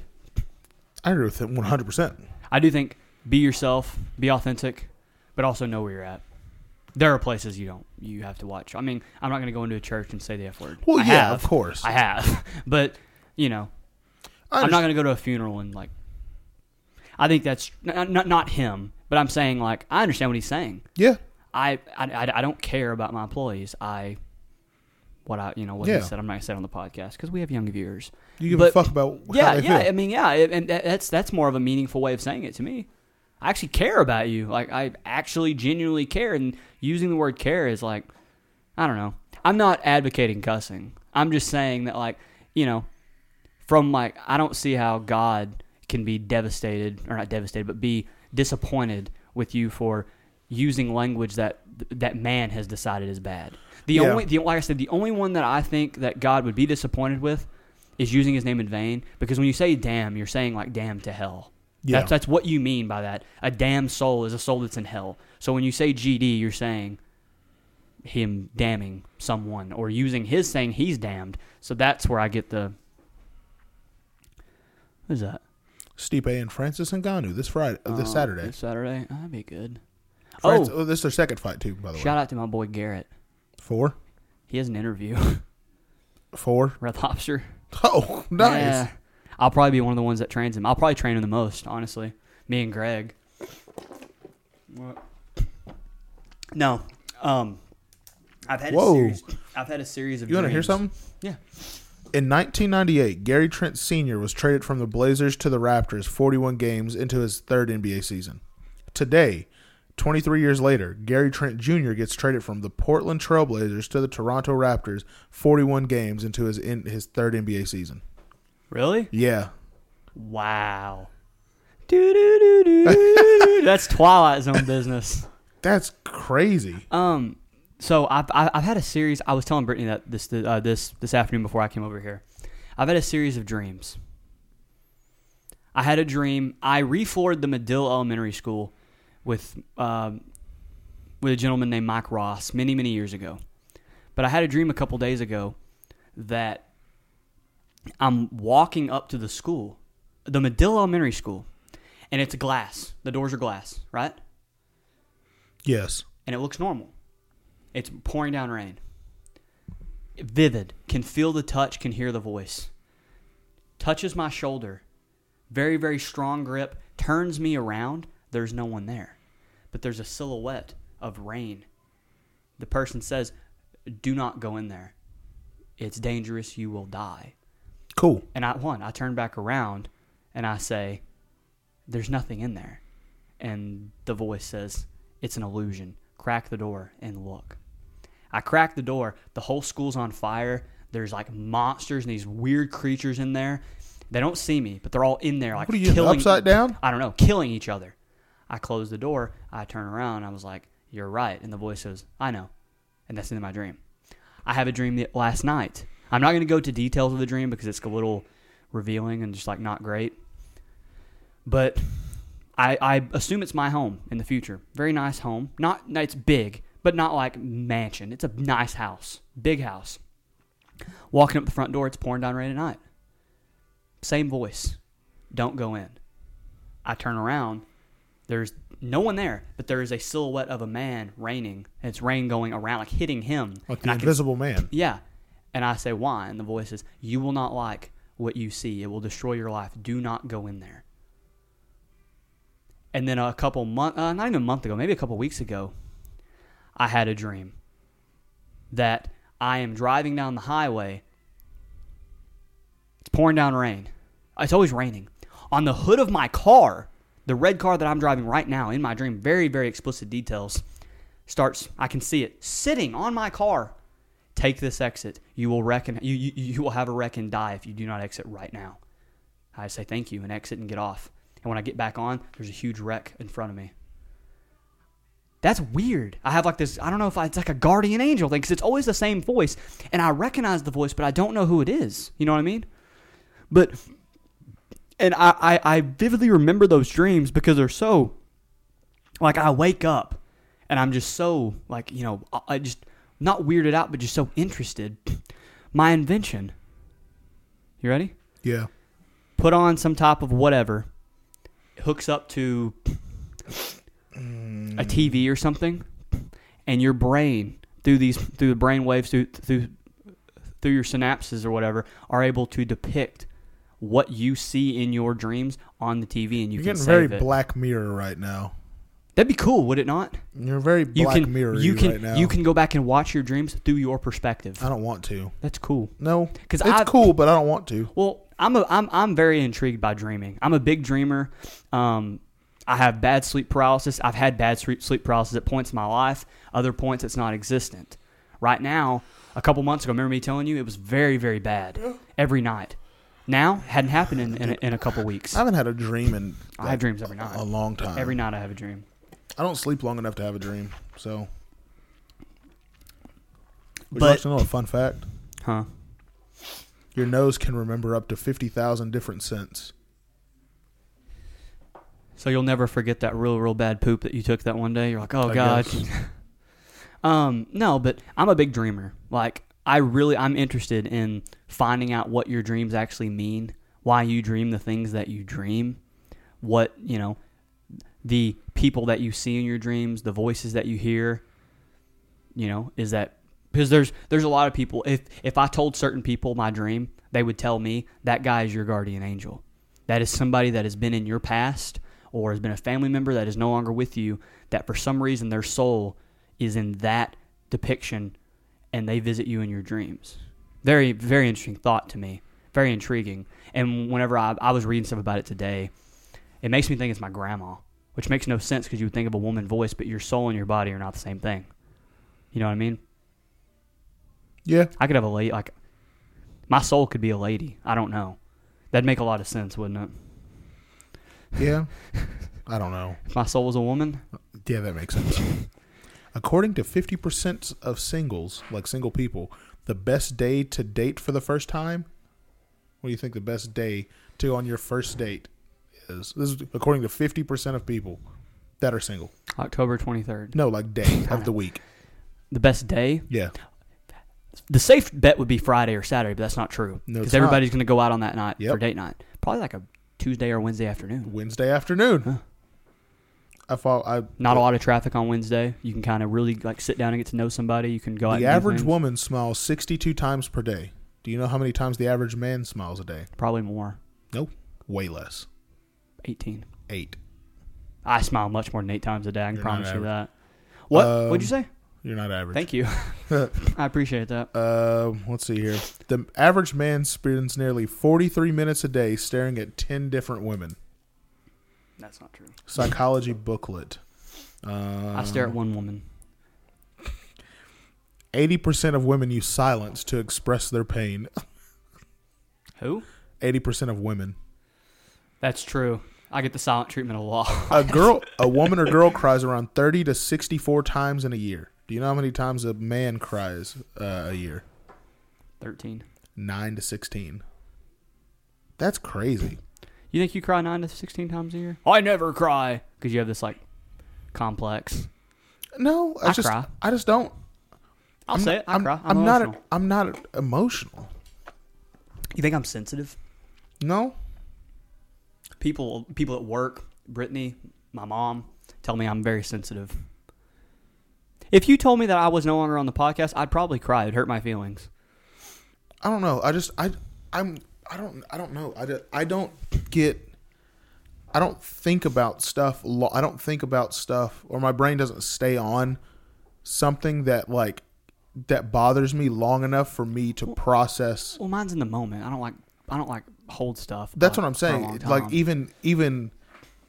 Speaker 2: I agree with him 100%.
Speaker 1: I do think be yourself, be authentic, but also know where you're at. There are places you don't you have to watch. I mean, I'm not going to go into a church and say the F word.
Speaker 2: Well,
Speaker 1: I
Speaker 2: yeah,
Speaker 1: have.
Speaker 2: of course.
Speaker 1: I have, but you know,
Speaker 2: I
Speaker 1: I'm not
Speaker 2: understand.
Speaker 1: going to go to a funeral and like. I think that's not, not not him, but I'm saying like I understand what he's saying.
Speaker 2: Yeah.
Speaker 1: I I, I- I don't care about my employees. I what I you know what
Speaker 2: Yeah.
Speaker 1: he said. I'm not gonna say it on the podcast because we have young viewers.
Speaker 2: You give a
Speaker 1: But-
Speaker 2: fuck about how
Speaker 1: yeah,
Speaker 2: they
Speaker 1: yeah.
Speaker 2: feel.
Speaker 1: I mean, yeah, it- and that- that's that's more of a meaningful way of saying it to me. I actually care about you. Like I actually genuinely care, and using the word care is like, I don't know. I'm not advocating cussing. I'm just saying that like, you know, from like I don't see how God can be devastated or not devastated, but be disappointed with you for using language that that man has decided is bad. The
Speaker 2: Yeah.
Speaker 1: only, the, like I said, the only one that I think that God would be disappointed with is using His name in vain because when you say "damn," you're saying like "damn to hell."
Speaker 2: Yeah.
Speaker 1: That's that's what you mean by that. A damned soul is a soul that's in hell. So when you say GD, you're saying him damning someone or using his saying he's damned. So that's where I get the Who's that?
Speaker 2: Stipe and Francis Ngannou this Friday, uh, this
Speaker 1: Um,
Speaker 2: Saturday.
Speaker 1: This Saturday. That'd be good.
Speaker 2: Francis,
Speaker 1: oh,
Speaker 2: oh, this is their second fight too, by the way.
Speaker 1: shout out to my boy Garrett.
Speaker 2: Four,
Speaker 1: He has an interview.
Speaker 2: four.
Speaker 1: Red Lobster.
Speaker 2: Oh, nice.
Speaker 1: Yeah. I'll probably be one of the ones that trains him. I'll probably train him the most, honestly. Me and Greg. What? No. Um I've had
Speaker 2: Whoa.
Speaker 1: a series I've had a series of
Speaker 2: You want to hear
Speaker 1: dreams.
Speaker 2: something?
Speaker 1: Yeah.
Speaker 2: In 1998, Gary Trent Sr. was traded from the Blazers to the Raptors 41 games into his third NBA season. Today, 23 years later, Gary Trent Jr. gets traded from the Portland Trailblazers to the Toronto Raptors 41 games into his in his third NBA season.
Speaker 1: Really?
Speaker 2: Yeah.
Speaker 1: Wow. Do, do, do, do, do. That's Twilight Zone business.
Speaker 2: That's crazy.
Speaker 1: Um, so I've, I- I've had a series. I was telling Brittany that this uh, this this afternoon before I came over here. I've had a series of dreams. I had a dream. I refloored the Medill Elementary School with um, with a gentleman named Mike Ross many many years ago. But I had a dream a couple days ago that I'm walking up to the school, the Medill Elementary School, and it's glass. The doors are glass, right?
Speaker 2: yes.
Speaker 1: and it looks normal. It's pouring down rain. Vivid, can feel the touch, can hear the voice. Touches my shoulder. Very, very strong grip, turns me around. There's no one there. But there's a silhouette of rain. The person says, Do not go in there. It's dangerous. You will die.
Speaker 2: Cool.
Speaker 1: And I one, I turn back around and I say, There's nothing in there. And the voice says, It's an illusion. Crack the door and look. I crack the door. The whole school's on fire. There's like monsters and these weird creatures in there. They don't see me, but they're all in there like
Speaker 2: What are you,
Speaker 1: killing
Speaker 2: upside down?
Speaker 1: I don't know, killing each other. I close the door, I turn around, I was like, You're right. And the voice says, I know. And that's into my dream. I have a dream that last night. I'm not going to go to details of the dream because it's a little revealing and just like not great. But I, I assume it's my home in the future. Very nice home. Not it's big, but not like mansion. It's a nice house, big house. Walking up the front door, it's pouring down rain at night. Same voice. Don't go in. I turn around. There's no one there, but there is a silhouette of a man raining, and it's rain going around, like hitting him.
Speaker 2: Like
Speaker 1: And
Speaker 2: the
Speaker 1: I can
Speaker 2: Invisible Man.
Speaker 1: yeah. And I say, why? And the voice says, you will not like what you see. It will destroy your life. Do not go in there. And then a couple month, uh, not even a month ago, maybe a couple weeks ago, I had a dream that I am driving down the highway. It's pouring down rain. It's always raining. On the hood of my car, the red car that I'm driving right now in my dream, very, very explicit details, starts, I can see it, sitting on my car. Take this exit. You will reckon, you, you, you will have a wreck and die if you do not exit right now. I say thank you and exit and get off. And when I get back on, there's a huge wreck in front of me. That's weird. I have like this. I don't know if I, it's like a guardian angel thing because it's always the same voice, and I recognize the voice, but I don't know who it is. You know what I mean? But and I, I, I vividly remember those dreams because they're so like I wake up and I'm just so like you know I- I just not weirded out but just so interested. My invention. You ready?
Speaker 2: Yeah.
Speaker 1: Put on some type of whatever. It hooks up to
Speaker 2: Mm.
Speaker 1: a TV or something, and your brain through these through the brain waves through through through your synapses or whatever are able to depict what you see in your dreams on the TV, and you
Speaker 2: You're
Speaker 1: can
Speaker 2: getting very
Speaker 1: save it.
Speaker 2: Black Mirror right now.
Speaker 1: That'd be cool, would it not?
Speaker 2: You're very
Speaker 1: You
Speaker 2: Black
Speaker 1: can
Speaker 2: Mirror
Speaker 1: you can
Speaker 2: right now. Uh,
Speaker 1: you can go back and watch your dreams through your perspective.
Speaker 2: I don't want to.
Speaker 1: That's cool.
Speaker 2: No.
Speaker 1: 'Cause
Speaker 2: it's
Speaker 1: I've-
Speaker 2: cool, but I don't want to.
Speaker 1: Well, I'm a, I'm I'm very intrigued by dreaming. I'm a big dreamer. Um, I have bad sleep paralysis. I've had bad sleep sleep paralysis at points in my life. Other points, it's non-existent. Right now, a couple months ago, remember me telling you it was very very bad every night. Now, hadn't happened in in a, in a couple weeks.
Speaker 2: I haven't had a dream in
Speaker 1: I have dreams every night.
Speaker 2: a long time.
Speaker 1: Every night I have a dream.
Speaker 2: I don't sleep long enough to have a dream. So, would
Speaker 1: But-
Speaker 2: you like to know a fun fact?
Speaker 1: Huh?
Speaker 2: Your nose can remember up to fifty thousand different scents.
Speaker 1: So you'll never forget that real, real bad poop that you took that one day. You're like, oh
Speaker 2: I
Speaker 1: god.
Speaker 2: guess.
Speaker 1: um, no, but I'm a big dreamer. Like I really, I'm interested in finding out what your dreams actually mean, why you dream the things that you dream, what you know, the people that you see in your dreams, the voices that you hear. You know, is that because there's there's a lot of people. If if I told certain people my dream, they would tell me that guy is your guardian angel. That is somebody that has been in your past or has been a family member that is no longer with you, that for some reason their soul is in that depiction and they visit you in your dreams. Very, very interesting thought to me. Very intriguing. And whenever I, I was reading stuff about it today, it makes me think it's my grandma, which makes no sense because you would think of a woman voice, but your soul and your body are not the same thing. You know what I mean?
Speaker 2: Yeah,
Speaker 1: I could have a lady, like, my soul could be a lady. I don't know. That'd make a lot of sense, wouldn't it?
Speaker 2: yeah. I don't know.
Speaker 1: If my soul was a woman,
Speaker 2: Yeah, that makes sense. According to 50% of singles, like single people, the best day to date for the first time, what do you think the best day to on your first date is? This is according to 50% of people that are single.
Speaker 1: October 23rd.
Speaker 2: No, like day of the week.
Speaker 1: The best day?
Speaker 2: Yeah.
Speaker 1: The safe bet would be Friday or Saturday, but that's not true.
Speaker 2: No,
Speaker 1: Because
Speaker 2: it's not.
Speaker 1: everybody's going to go out on that night
Speaker 2: Yep.
Speaker 1: for date night. Probably like a Tuesday or Wednesday afternoon.
Speaker 2: Wednesday afternoon. I follow I
Speaker 1: Not a lot of traffic on Wednesday. You can kind of really like sit down and get to know somebody. You can go out and
Speaker 2: The
Speaker 1: do
Speaker 2: average
Speaker 1: things.
Speaker 2: woman smiles 62 times per day. Do you know how many times the average man smiles a day?
Speaker 1: Probably more.
Speaker 2: Nope. Way less.
Speaker 1: 18.
Speaker 2: 8.
Speaker 1: I smile much more than eight times a day. I can
Speaker 2: not
Speaker 1: promise you
Speaker 2: average.
Speaker 1: that. What?
Speaker 2: Um,
Speaker 1: What'd you say?
Speaker 2: You're not average.
Speaker 1: Thank you. I appreciate that.
Speaker 2: Uh, let's see here. The average man spends nearly 43 minutes a day staring at 10 different women.
Speaker 1: that's not true.
Speaker 2: Psychology booklet.
Speaker 1: I stare at one woman.
Speaker 2: 80% of women use silence to express their pain.
Speaker 1: Who?
Speaker 2: 80% of women.
Speaker 1: That's true. I get the silent treatment a lot.
Speaker 2: A girl, a woman or girl cries around 30 to 64 times in a year. Do you know how many times a man cries uh, a year?
Speaker 1: 13.
Speaker 2: 9 to 16. That's crazy.
Speaker 1: You think you cry nine to sixteen times a year? I never cry because you have this like complex.
Speaker 2: No, I,
Speaker 1: I
Speaker 2: just
Speaker 1: cry.
Speaker 2: I just don't
Speaker 1: I'll say it. I
Speaker 2: I'm,
Speaker 1: cry. I'm,
Speaker 2: I'm not
Speaker 1: emotional.
Speaker 2: a, I'm not emotional.
Speaker 1: you think I'm sensitive?
Speaker 2: No.
Speaker 1: People, people at work, Brittany, my mom, tell me I'm very sensitive. If you told me that I was no longer on the podcast, I'd probably cry. It'd hurt my feelings.
Speaker 2: I don't know. I just I I'm I don't I don't know. I don't, I don't get I don't think about stuff lo- I don't think about stuff or my brain doesn't stay on something that like that bothers me long enough for me to process.
Speaker 1: Well, mine's in the moment. I don't like. I don't like hold stuff.
Speaker 2: That's
Speaker 1: like,
Speaker 2: what I'm
Speaker 1: for a
Speaker 2: saying.
Speaker 1: long
Speaker 2: Like
Speaker 1: time.
Speaker 2: even even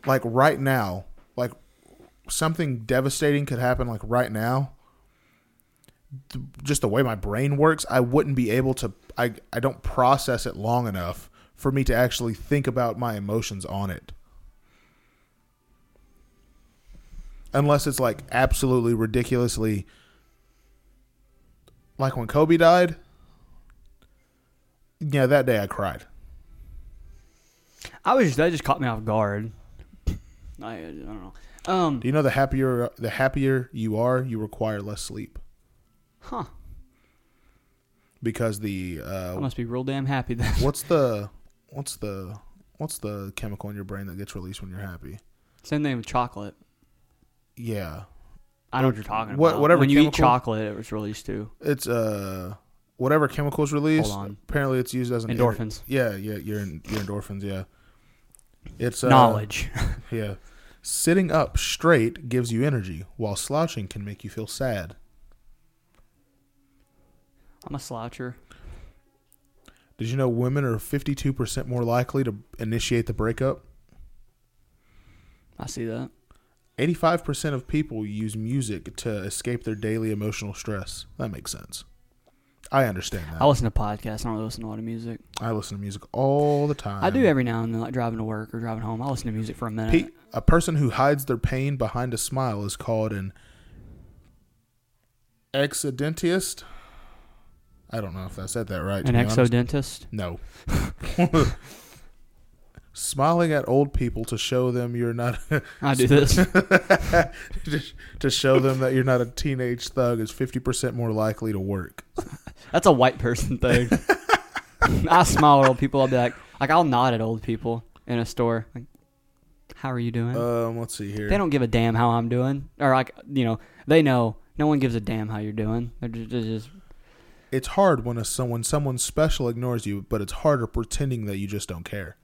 Speaker 2: like right now, like something devastating could happen like right now. Th- Just the way my brain works, I wouldn't be able to I I don't process it long enough for me to actually think about my emotions on it. unless it's like absolutely ridiculously like when Kobe died. Yeah, that day I cried.
Speaker 1: I was just that just caught me off guard. I, I don't know. Um,
Speaker 2: Do you know the happier the happier you are, you require less sleep
Speaker 1: huh?
Speaker 2: because the uh,
Speaker 1: I must be real damn happy then.
Speaker 2: what's the what's the what's the chemical in your brain that gets released when you're happy?
Speaker 1: Same thing with chocolate.
Speaker 2: Yeah,
Speaker 1: I know what you're talking
Speaker 2: What-
Speaker 1: about.
Speaker 2: whatever
Speaker 1: when you eat
Speaker 2: chemical-
Speaker 1: chocolate, it was released too.
Speaker 2: it's uh whatever chemicals released.
Speaker 1: Hold on.
Speaker 2: Apparently, it's used as an
Speaker 1: Endorphins.
Speaker 2: yeah, yeah, your your endorphins. Yeah, it's uh,
Speaker 1: Knowledge.
Speaker 2: Yeah, sitting up straight gives you energy, while slouching can make you feel sad.
Speaker 1: I'm a sloucher.
Speaker 2: Did you know women are fifty-two percent more likely to initiate the breakup?
Speaker 1: I see that.
Speaker 2: Eighty-five percent of people use music to escape their daily emotional stress. That makes sense. I understand that.
Speaker 1: I listen to podcasts. I don't really listen to a lot of music.
Speaker 2: I listen to music all the time.
Speaker 1: I do every now and then, like driving to work or driving home. I listen to music for a minute.
Speaker 2: Pe- a person who hides their pain behind a smile is called an exodentist. I don't know if I said that right. to
Speaker 1: An
Speaker 2: be honest.
Speaker 1: exodentist.
Speaker 2: No. Smiling at old people to show them you're not
Speaker 1: I do this.
Speaker 2: to show them that you're not a teenage thug is 50% more likely to work.
Speaker 1: That's a white person thing. I smile at old people. I'll be like, like I'll nod at old people in a store. Like, how are you doing?
Speaker 2: Um, let's see here.
Speaker 1: they don't give a damn how I'm doing, or like you know, they know no one gives a damn how you're doing. They're just, they're just
Speaker 2: It's hard when a someone someone special ignores you, but it's harder pretending that you just don't care.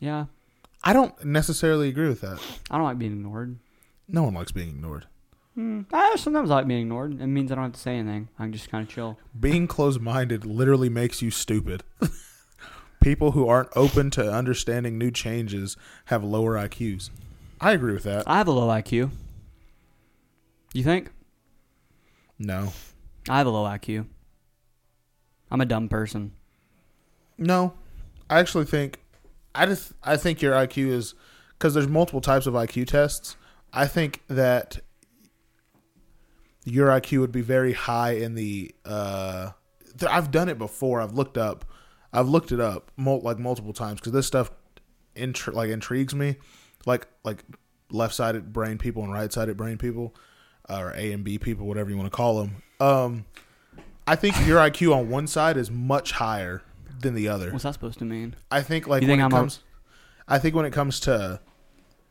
Speaker 1: yeah.
Speaker 2: I don't necessarily agree with that.
Speaker 1: I don't like being ignored.
Speaker 2: No one likes being ignored.
Speaker 1: I, sometimes I like being ignored. It means I don't have to say anything. I can just kind of chill.
Speaker 2: Being closed minded literally makes you stupid. People who aren't open to understanding new changes have lower IQs. I agree with that.
Speaker 1: I have a low IQ. You think?
Speaker 2: No.
Speaker 1: I have a low IQ. I'm a dumb person.
Speaker 2: No. I actually think I just I think your IQ is cuz there's multiple types of IQ tests. I think that your IQ would be very high in the uh th- I've done it before. I've looked up I've looked it up mul- like multiple times cuz this stuff intri- like intrigues me. Like like left-sided brain people and right-sided brain people uh, or A and B people, whatever you want to call them. Um I think your IQ on one side is much higher than the other.
Speaker 1: What's that supposed to mean?
Speaker 2: I think like
Speaker 1: You
Speaker 2: when
Speaker 1: think
Speaker 2: it
Speaker 1: I'm a-
Speaker 2: comes, I think when it comes to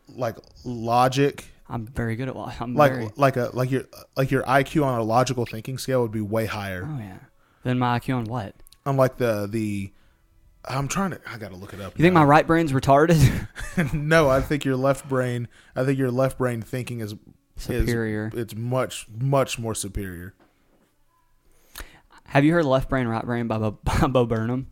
Speaker 2: like logic,
Speaker 1: I'm very good at. li- I'm
Speaker 2: like
Speaker 1: very,
Speaker 2: like a like your like your IQ on a logical thinking scale would be way higher.
Speaker 1: oh yeah. Then my IQ on what?
Speaker 2: Unlike the the, I'm trying to. I gotta look it up.
Speaker 1: You think my right brain's retarded?
Speaker 2: no, I think your left brain. I think your left brain thinking is is-
Speaker 1: Superior.
Speaker 2: it's much much more superior.
Speaker 1: have you heard "Left Brain, Right Brain" by Bo, by Bo Burnham?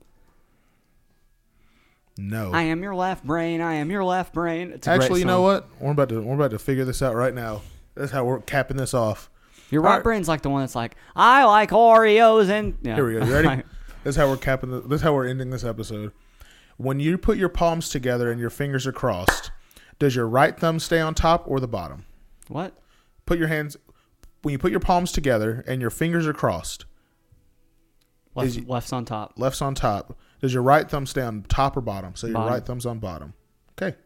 Speaker 2: No,
Speaker 1: I am your left brain. I am your left brain. It's a great
Speaker 2: actually, you know
Speaker 1: song.
Speaker 2: what? We're about to we're about to figure this out right now. That's how we're capping this off.
Speaker 1: Your right
Speaker 2: Alright.
Speaker 1: brain's like the one that's like, I like Oreos and yeah.
Speaker 2: Here we go. You ready? this is how we're capping. The, this is how we're ending this episode. When you put your palms together and your fingers are crossed, does your right thumb stay on top or the bottom?
Speaker 1: what?
Speaker 2: Put your hands. When you put your palms together and your fingers are crossed,
Speaker 1: Left,
Speaker 2: it-
Speaker 1: left's on top.
Speaker 2: left's on top. Does your right thumb stay on top or bottom? So your
Speaker 1: Bottom.
Speaker 2: right thumb's on bottom. Okay.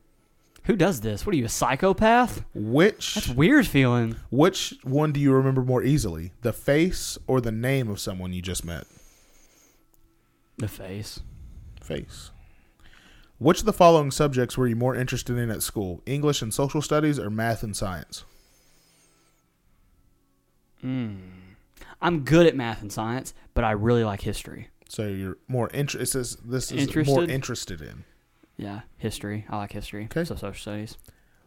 Speaker 1: Who does this? What are you, a psychopath?
Speaker 2: Which
Speaker 1: Weird feeling.
Speaker 2: which one do you remember more easily, the face or the name of someone you just met?
Speaker 1: The face.
Speaker 2: face. Which of the following subjects were you more interested in at school? English and social studies or math and science?
Speaker 1: I'm good at math and science, but I really like history.
Speaker 2: So you're more interested this is more
Speaker 1: Interested?
Speaker 2: interested in.
Speaker 1: Yeah, history. I like history.
Speaker 2: Okay.
Speaker 1: So social studies,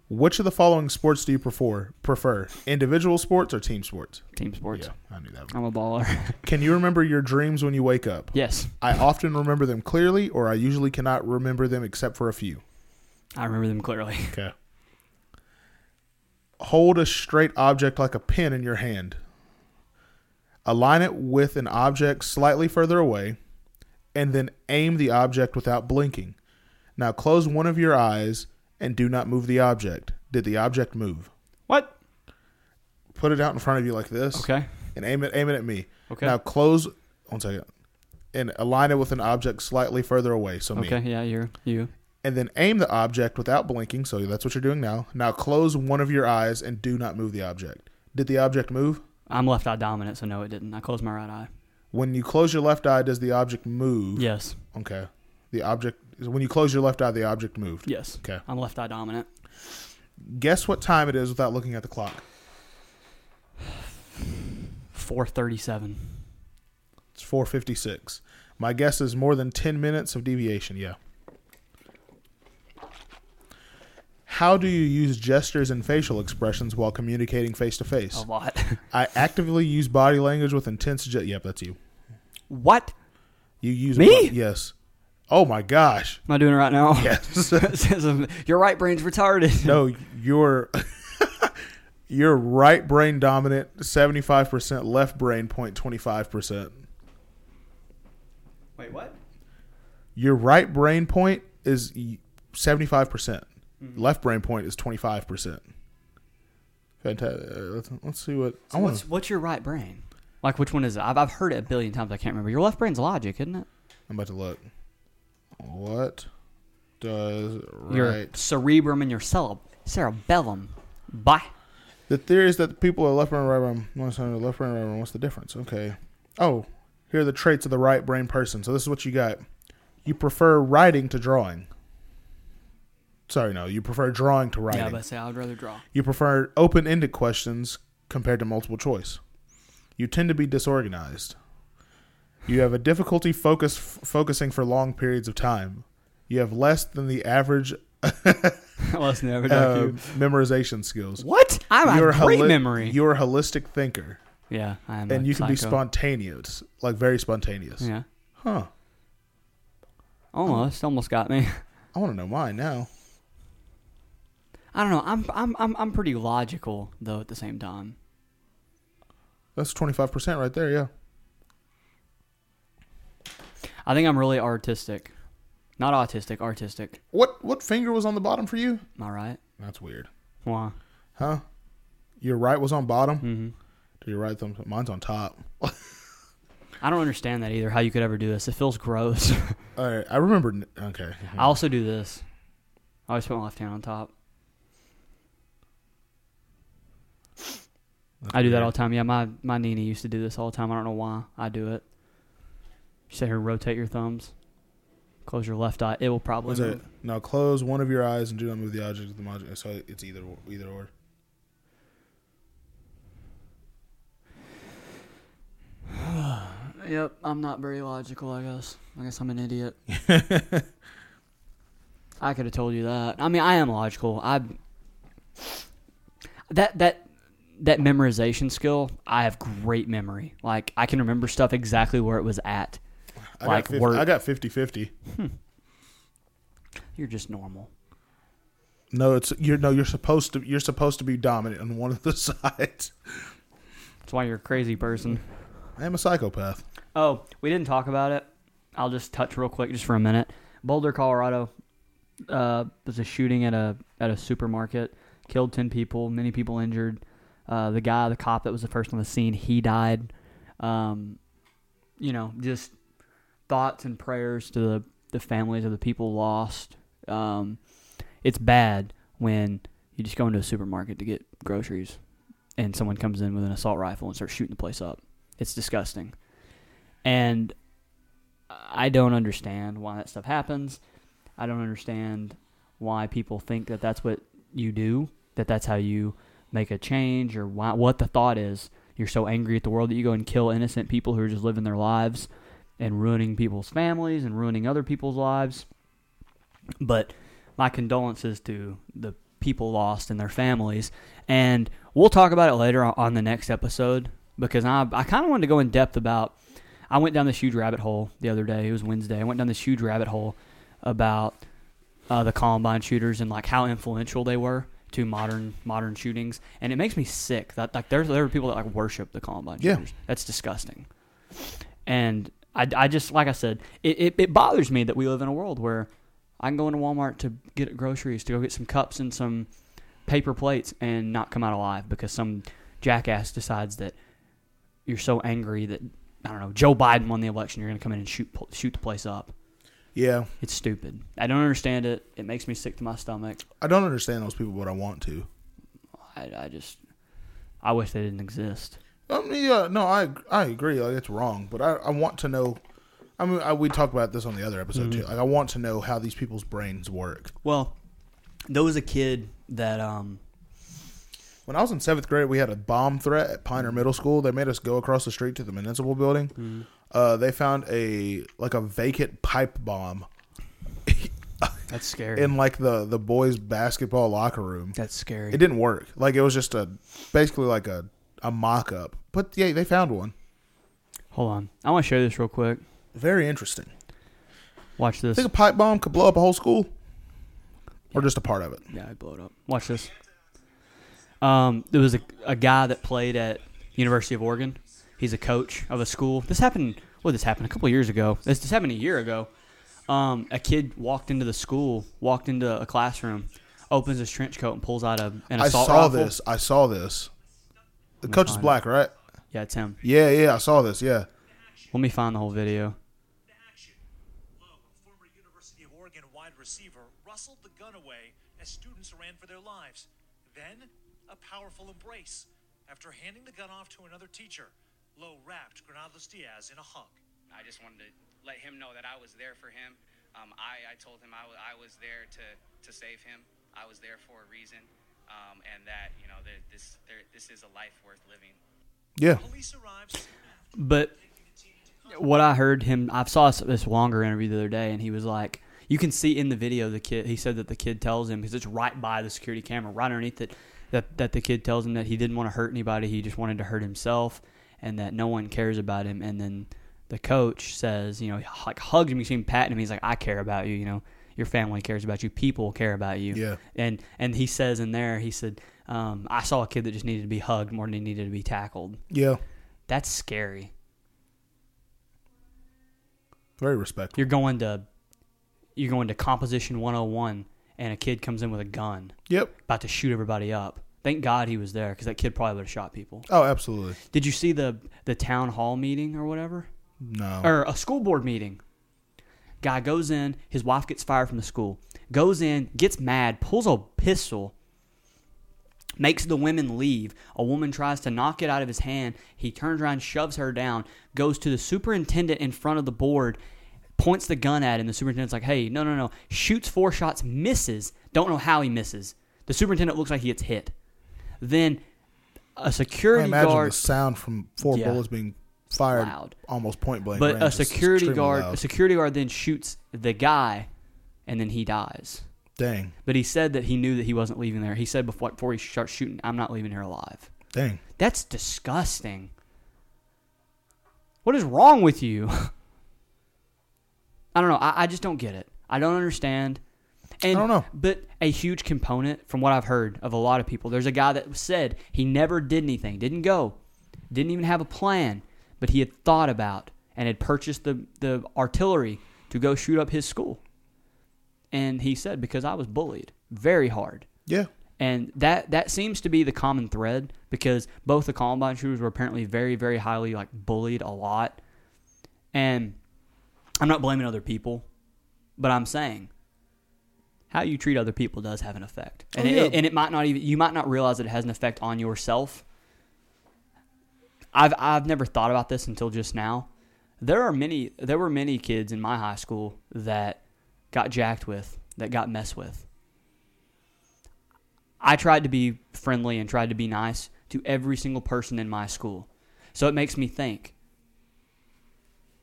Speaker 2: Which of the following sports do you prefer? Prefer individual sports or team sports?
Speaker 1: team sports.
Speaker 2: Yeah, I knew that.
Speaker 1: I'm
Speaker 2: One.
Speaker 1: a baller.
Speaker 2: Can you remember your dreams when you wake up?
Speaker 1: yes,
Speaker 2: I often remember them clearly or I usually cannot remember them except for a few.
Speaker 1: I remember them clearly.
Speaker 2: Okay. Hold a straight object like a pen in your hand. Align it with an object slightly further away, and then aim the object without blinking. Now close one of your eyes and do not move the object. Did the object move?
Speaker 1: What?
Speaker 2: Put it out in front of you like this.
Speaker 1: Okay.
Speaker 2: And aim it aim it at me.
Speaker 1: Okay.
Speaker 2: Now close one second. And align it with an object slightly further away. So me.
Speaker 1: Okay. Yeah, you're you.
Speaker 2: And then aim the object without blinking. So that's what you're doing now. Now close one of your eyes and do not move the object. Did the object move?
Speaker 1: I'm left eye dominant, so no, it didn't. I closed my right eye.
Speaker 2: When you close your left eye, does the object move?
Speaker 1: Yes.
Speaker 2: Okay. The object when you close your left eye, the object moved.
Speaker 1: Yes.
Speaker 2: Okay.
Speaker 1: I'm left eye dominant.
Speaker 2: Guess what time it is without looking at the clock.
Speaker 1: 437.
Speaker 2: It's 4:56. My guess is more than 10 minutes of deviation. Yeah. How do you use gestures and facial expressions while communicating face to
Speaker 1: A
Speaker 2: face?
Speaker 1: lot.
Speaker 2: I actively use body language with intense. Ge- yep, that's you.
Speaker 1: what?
Speaker 2: You use
Speaker 1: Me?
Speaker 2: bo- yes. Oh my gosh.
Speaker 1: Am I doing it right now? um,
Speaker 2: Yes.
Speaker 1: Your right brain's retarded.
Speaker 2: no, you're you're right brain dominant, seventy five percent, left brain 0.25 percent.
Speaker 1: Wait, what?
Speaker 2: your right brain point is 75%. percent Left brain point is 25%. Fantastic. uh, Let's, let's see what I want.
Speaker 1: What's what's your right brain? Like which one is it? I've, I've heard it a billion times. I can't remember. Your left brain's logic, isn't it?
Speaker 2: I'm about to look. What does
Speaker 1: Your
Speaker 2: right?
Speaker 1: cerebrum and your cere- cerebellum. Bye.
Speaker 2: The theory is that the people are left brain, right brain. What's under left brain, right brain? What's the difference? Okay. Oh, here are the traits of the right brain person. So this is what you got. You prefer writing to drawing. Sorry, no. You prefer drawing to writing.
Speaker 1: Yeah, but say I would rather draw.
Speaker 2: You prefer open ended questions compared to multiple choice. You tend to be disorganized. You have a difficulty focus f- focusing for long periods of time. You have less than the average
Speaker 1: Let's never
Speaker 2: uh, memorization skills.
Speaker 1: What? I have
Speaker 2: You're
Speaker 1: a great
Speaker 2: holi-
Speaker 1: memory.
Speaker 2: You're a holistic thinker,
Speaker 1: yeah, I am.
Speaker 2: and
Speaker 1: a
Speaker 2: you can be
Speaker 1: psycho.
Speaker 2: spontaneous, like very spontaneous.
Speaker 1: Yeah,
Speaker 2: Huh.
Speaker 1: almost, almost got me.
Speaker 2: I want to know mine now.
Speaker 1: I don't know. I'm, I'm, I'm, I'm pretty logical though. At the same time,
Speaker 2: That's twenty five percent right there. Yeah.
Speaker 1: I think I'm really artistic. Not autistic, artistic.
Speaker 2: What what finger was on the bottom for you?
Speaker 1: Am I right?
Speaker 2: That's weird.
Speaker 1: Why?
Speaker 2: Huh? Your right was on bottom. Mm-hmm. Your right thumb. Mine's on top. All
Speaker 1: I don't understand that either. How you could ever do this? It feels gross.
Speaker 2: right. I remember. n- Okay.
Speaker 1: I also do this. I always put my left hand on top. I do that all the time. Yeah, my my Nina used to do this all the time. I don't know why I do it. She said here, rotate your thumbs, close your left eye. It will probably.
Speaker 2: Was it
Speaker 1: move.
Speaker 2: now? Close one of your eyes and do not move the object of the module. So it's either or- either or.
Speaker 1: Yep, I'm not very logical. I guess. I guess I'm an idiot. I could have told you that. I mean, I am logical. I that that that memorization skill. I have great memory. Like I can remember stuff exactly where it was at.
Speaker 2: I
Speaker 1: like
Speaker 2: got 50,
Speaker 1: word.
Speaker 2: I got 50 50.
Speaker 1: You're just normal.
Speaker 2: No, it's you're no. You're supposed to. You're supposed to be dominant on one of the sides.
Speaker 1: That's why you're a crazy person.
Speaker 2: I am a psychopath.
Speaker 1: Oh, we didn't talk about it. I'll just touch real quick, just for a minute. Boulder, Colorado, uh, was a shooting at a at a supermarket. Killed ten people, many people injured. Uh, the guy, the cop that was the first on the scene, he died. Um, you know, just thoughts and prayers to the the families of the people lost. Um, it's bad when you just go into a supermarket to get groceries, and someone comes in with an assault rifle and starts shooting the place up. It's disgusting and I don't understand why that stuff happens. I don't understand why people think that that's what you do, that that's how you make a change, or why, what the thought is. You're so angry at the world that you go and kill innocent people who are just living their lives and ruining people's families and ruining other people's lives. But my condolences to the people lost and their families. And we'll talk about it later on- on the next episode because I, I kind of wanted to go in depth about. I went down this huge rabbit hole the other day. It was Wednesday. I went down this huge rabbit hole about uh, the Columbine shooters and like how influential they were to modern modern shootings. And it makes me sick that like there's there are people that like worship the Columbine
Speaker 2: Yeah.
Speaker 1: shooters. That's disgusting. And I, I just like I said, it, it, it bothers me that we live in a world where I can go into Walmart to get groceries, to go get some cups and some paper plates and not come out alive because some jackass decides that you're so angry that I don't know Joe Biden won the election. You're going to come in and shoot pl- shoot the place up.
Speaker 2: Yeah,
Speaker 1: It's stupid. I don't understand it. It makes me sick to my stomach.
Speaker 2: I don't understand those people, but I want to.
Speaker 1: I, I just I wish they didn't exist.
Speaker 2: I mean, yeah, no, I I agree. Like it's wrong, but I, I want to know. I mean, I, we talked about this on the other episode too. Like I want to know how these people's brains work.
Speaker 1: Well, there was a kid that um
Speaker 2: When I was in seventh grade, we had a bomb threat at Pioneer Middle School. They made us go across the street to the municipal building.
Speaker 1: Mm-hmm.
Speaker 2: Uh, they found a like a vacant pipe bomb
Speaker 1: that's scary.
Speaker 2: in like the the boys' basketball locker room.
Speaker 1: Mm. that's scary.
Speaker 2: It didn't work. Like it was just a basically like a a mock up. But yeah, they found one.
Speaker 1: Hold on. I want to share this real quick.
Speaker 2: Very interesting.
Speaker 1: Watch this.
Speaker 2: Think a pipe bomb could blow up a whole school, or just a part of it.
Speaker 1: Yeah, I blow it up. Watch this. Um, there was a, a guy that played at University of Oregon. He's a coach of a school. This happened. Well, this happened a couple years ago. This this happened a year ago. Um, a kid walked into the school, walked into a classroom, opens his trench coat and pulls out a an
Speaker 2: I
Speaker 1: assault
Speaker 2: saw
Speaker 1: rifle.
Speaker 2: this. I saw this. The coach is black, right?
Speaker 1: Yeah, it's him.
Speaker 2: Yeah, yeah. I saw this. Yeah.
Speaker 1: Let me find the whole video.
Speaker 4: The action. Lowe, former University of Oregon wide receiver, rustled the gun away as students ran for their lives. Then, a powerful embrace. After handing the gun off to another teacher, Lowe wrapped Granados Diaz in a hug.
Speaker 6: I just wanted to let him know that I was there for him. Um, I, I told him I wa- I was there to, to save him. I was there for a reason, um, and that you know that this there, this is a life worth living.
Speaker 2: Yeah.
Speaker 4: Police arrived soon after,
Speaker 1: But
Speaker 4: taking the team to
Speaker 1: what I heard him, I saw s- this longer interview the other day, and he was like, you can see in the video the kid. He said that the kid tells him because it's right by the security camera, right underneath it, that that the kid tells him that he didn't want to hurt anybody, he just wanted to hurt himself, and that no one cares about him. And then the coach says, you know, he like hugs him, you see him patting him. He's like, I care about you, you know. Your family cares about you. People care about you.
Speaker 2: Yeah.
Speaker 1: And and he says in there, he said, um, I saw a kid that just needed to be hugged more than he needed to be tackled.
Speaker 2: Yeah.
Speaker 1: That's scary.
Speaker 2: Very respectful.
Speaker 1: you're going to you're going to composition 101 and a kid comes in with a gun
Speaker 2: Yep.
Speaker 1: about to shoot everybody up thank god he was there because that kid probably would have shot people
Speaker 2: Oh, absolutely.
Speaker 1: did you see the the town hall meeting or whatever
Speaker 2: No.
Speaker 1: or a school board meeting guy goes in his wife gets fired from the school goes in gets mad pulls a pistol makes the women leave. A woman tries to knock it out of his hand. He turns around, shoves her down, goes to the superintendent in front of the board, points the gun at him. The superintendent's like, hey, no, no, no. Shoots four shots, misses. Don't know how he misses. The superintendent looks like he gets hit. Then a
Speaker 2: I
Speaker 1: security
Speaker 2: imagine
Speaker 1: guard.
Speaker 2: the sound from four
Speaker 1: Yeah.
Speaker 2: bullets being fired
Speaker 1: Loud.
Speaker 2: almost point blank.
Speaker 1: But
Speaker 2: range
Speaker 1: a
Speaker 2: is
Speaker 1: security
Speaker 2: extremely
Speaker 1: guard,
Speaker 2: loud.
Speaker 1: a security guard then shoots the guy, and then he dies.
Speaker 2: dang.
Speaker 1: But he said that he knew that he wasn't leaving there. He said before, before he starts shooting, "I'm not leaving here alive."
Speaker 2: Dang.
Speaker 1: That's disgusting. What is wrong with you? I don't know. I, I just don't get it. I don't understand. And,
Speaker 2: I don't know.
Speaker 1: But a huge component, from what I've heard of a lot of people, there's a guy that said he never did anything, didn't go, didn't even have a plan, but he had thought about and had purchased the, the artillery to go shoot up his school. And he said, because I was bullied very hard.
Speaker 2: Yeah.
Speaker 1: And that that seems to be the common thread because both the Columbine shooters were apparently very very highly like bullied a lot. And I'm not blaming other people, but I'm saying how you treat other people does have an effect. And
Speaker 2: Oh,
Speaker 1: it,
Speaker 2: yeah.
Speaker 1: and it might not even you might not realize that it has an effect on yourself. I've I've never thought about this until just now. There are many there were many kids in my high school that got jacked with, that got messed with. I tried to be friendly and tried to be nice to every single person in my school. So it makes me think.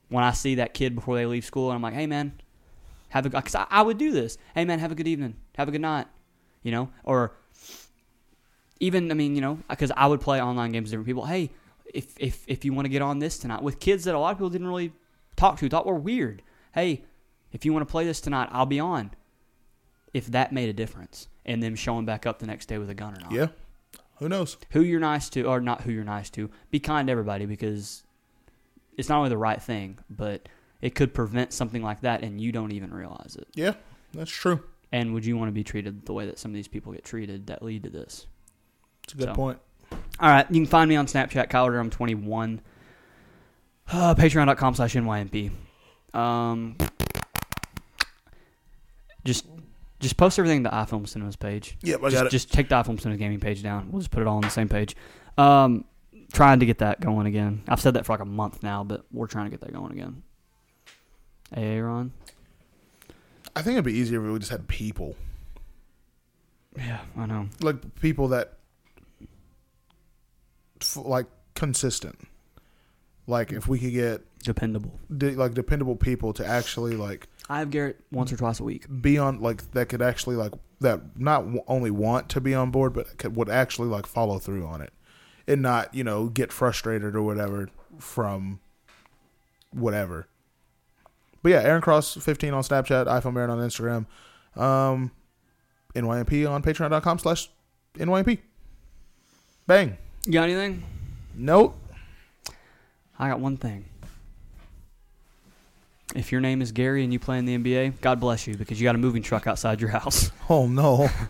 Speaker 1: When I see that kid before they leave school, and I'm like, "Hey, man, have a because I, I would do this. Hey, man, have a good evening. Have a good night. You know, or even I mean, you know, because I would play online games with different people. Hey, if if if you want to get on this tonight with kids that a lot of people didn't really talk to, thought were weird. Hey, if you want to play this tonight, I'll be on. If that made a difference, and them showing back up the next day with a gun or not.
Speaker 2: Yeah. Who knows?
Speaker 1: Who you're nice to, or not who you're nice to, be kind to everybody because it's not only the right thing, but it could prevent something like that, and you don't even realize it.
Speaker 2: Yeah. That's true.
Speaker 1: And would you want to be treated the way that some of these people get treated that lead to this?
Speaker 2: It's a good
Speaker 1: So.
Speaker 2: point.
Speaker 1: All right, you can find me on Snapchat, Kyle Durham twenty one, uh, Patreon.com slash NYMP. Um, just just post everything to iFilm Cinemas page.
Speaker 2: Yep, I
Speaker 1: just,
Speaker 2: got it.
Speaker 1: Just take the iFilm Cinemas gaming page down. We'll just put it all on the same page. Um, trying to get that going again. I've said that for like a month now, but we're trying to get that going again. Aaron,
Speaker 2: I think it'd be easier if we just had people,
Speaker 1: yeah, I know.
Speaker 2: like people that, f- like consistent. Like if we could get
Speaker 1: Dependable.
Speaker 2: de- like dependable people to actually like
Speaker 1: I have Garrett once or twice a week.
Speaker 2: be on like that could actually like that not w- only want to be on board but could, would actually like follow through on it and not you know get frustrated or whatever from whatever but yeah aaron cross 15 on snapchat iphone aaron on instagram um nymp on patreon.com slash nymp bang
Speaker 1: You got anything?
Speaker 2: nope
Speaker 1: I got one thing. If your name is Gary and you play in the NBA, God bless you because you got a moving truck outside your house.
Speaker 2: oh no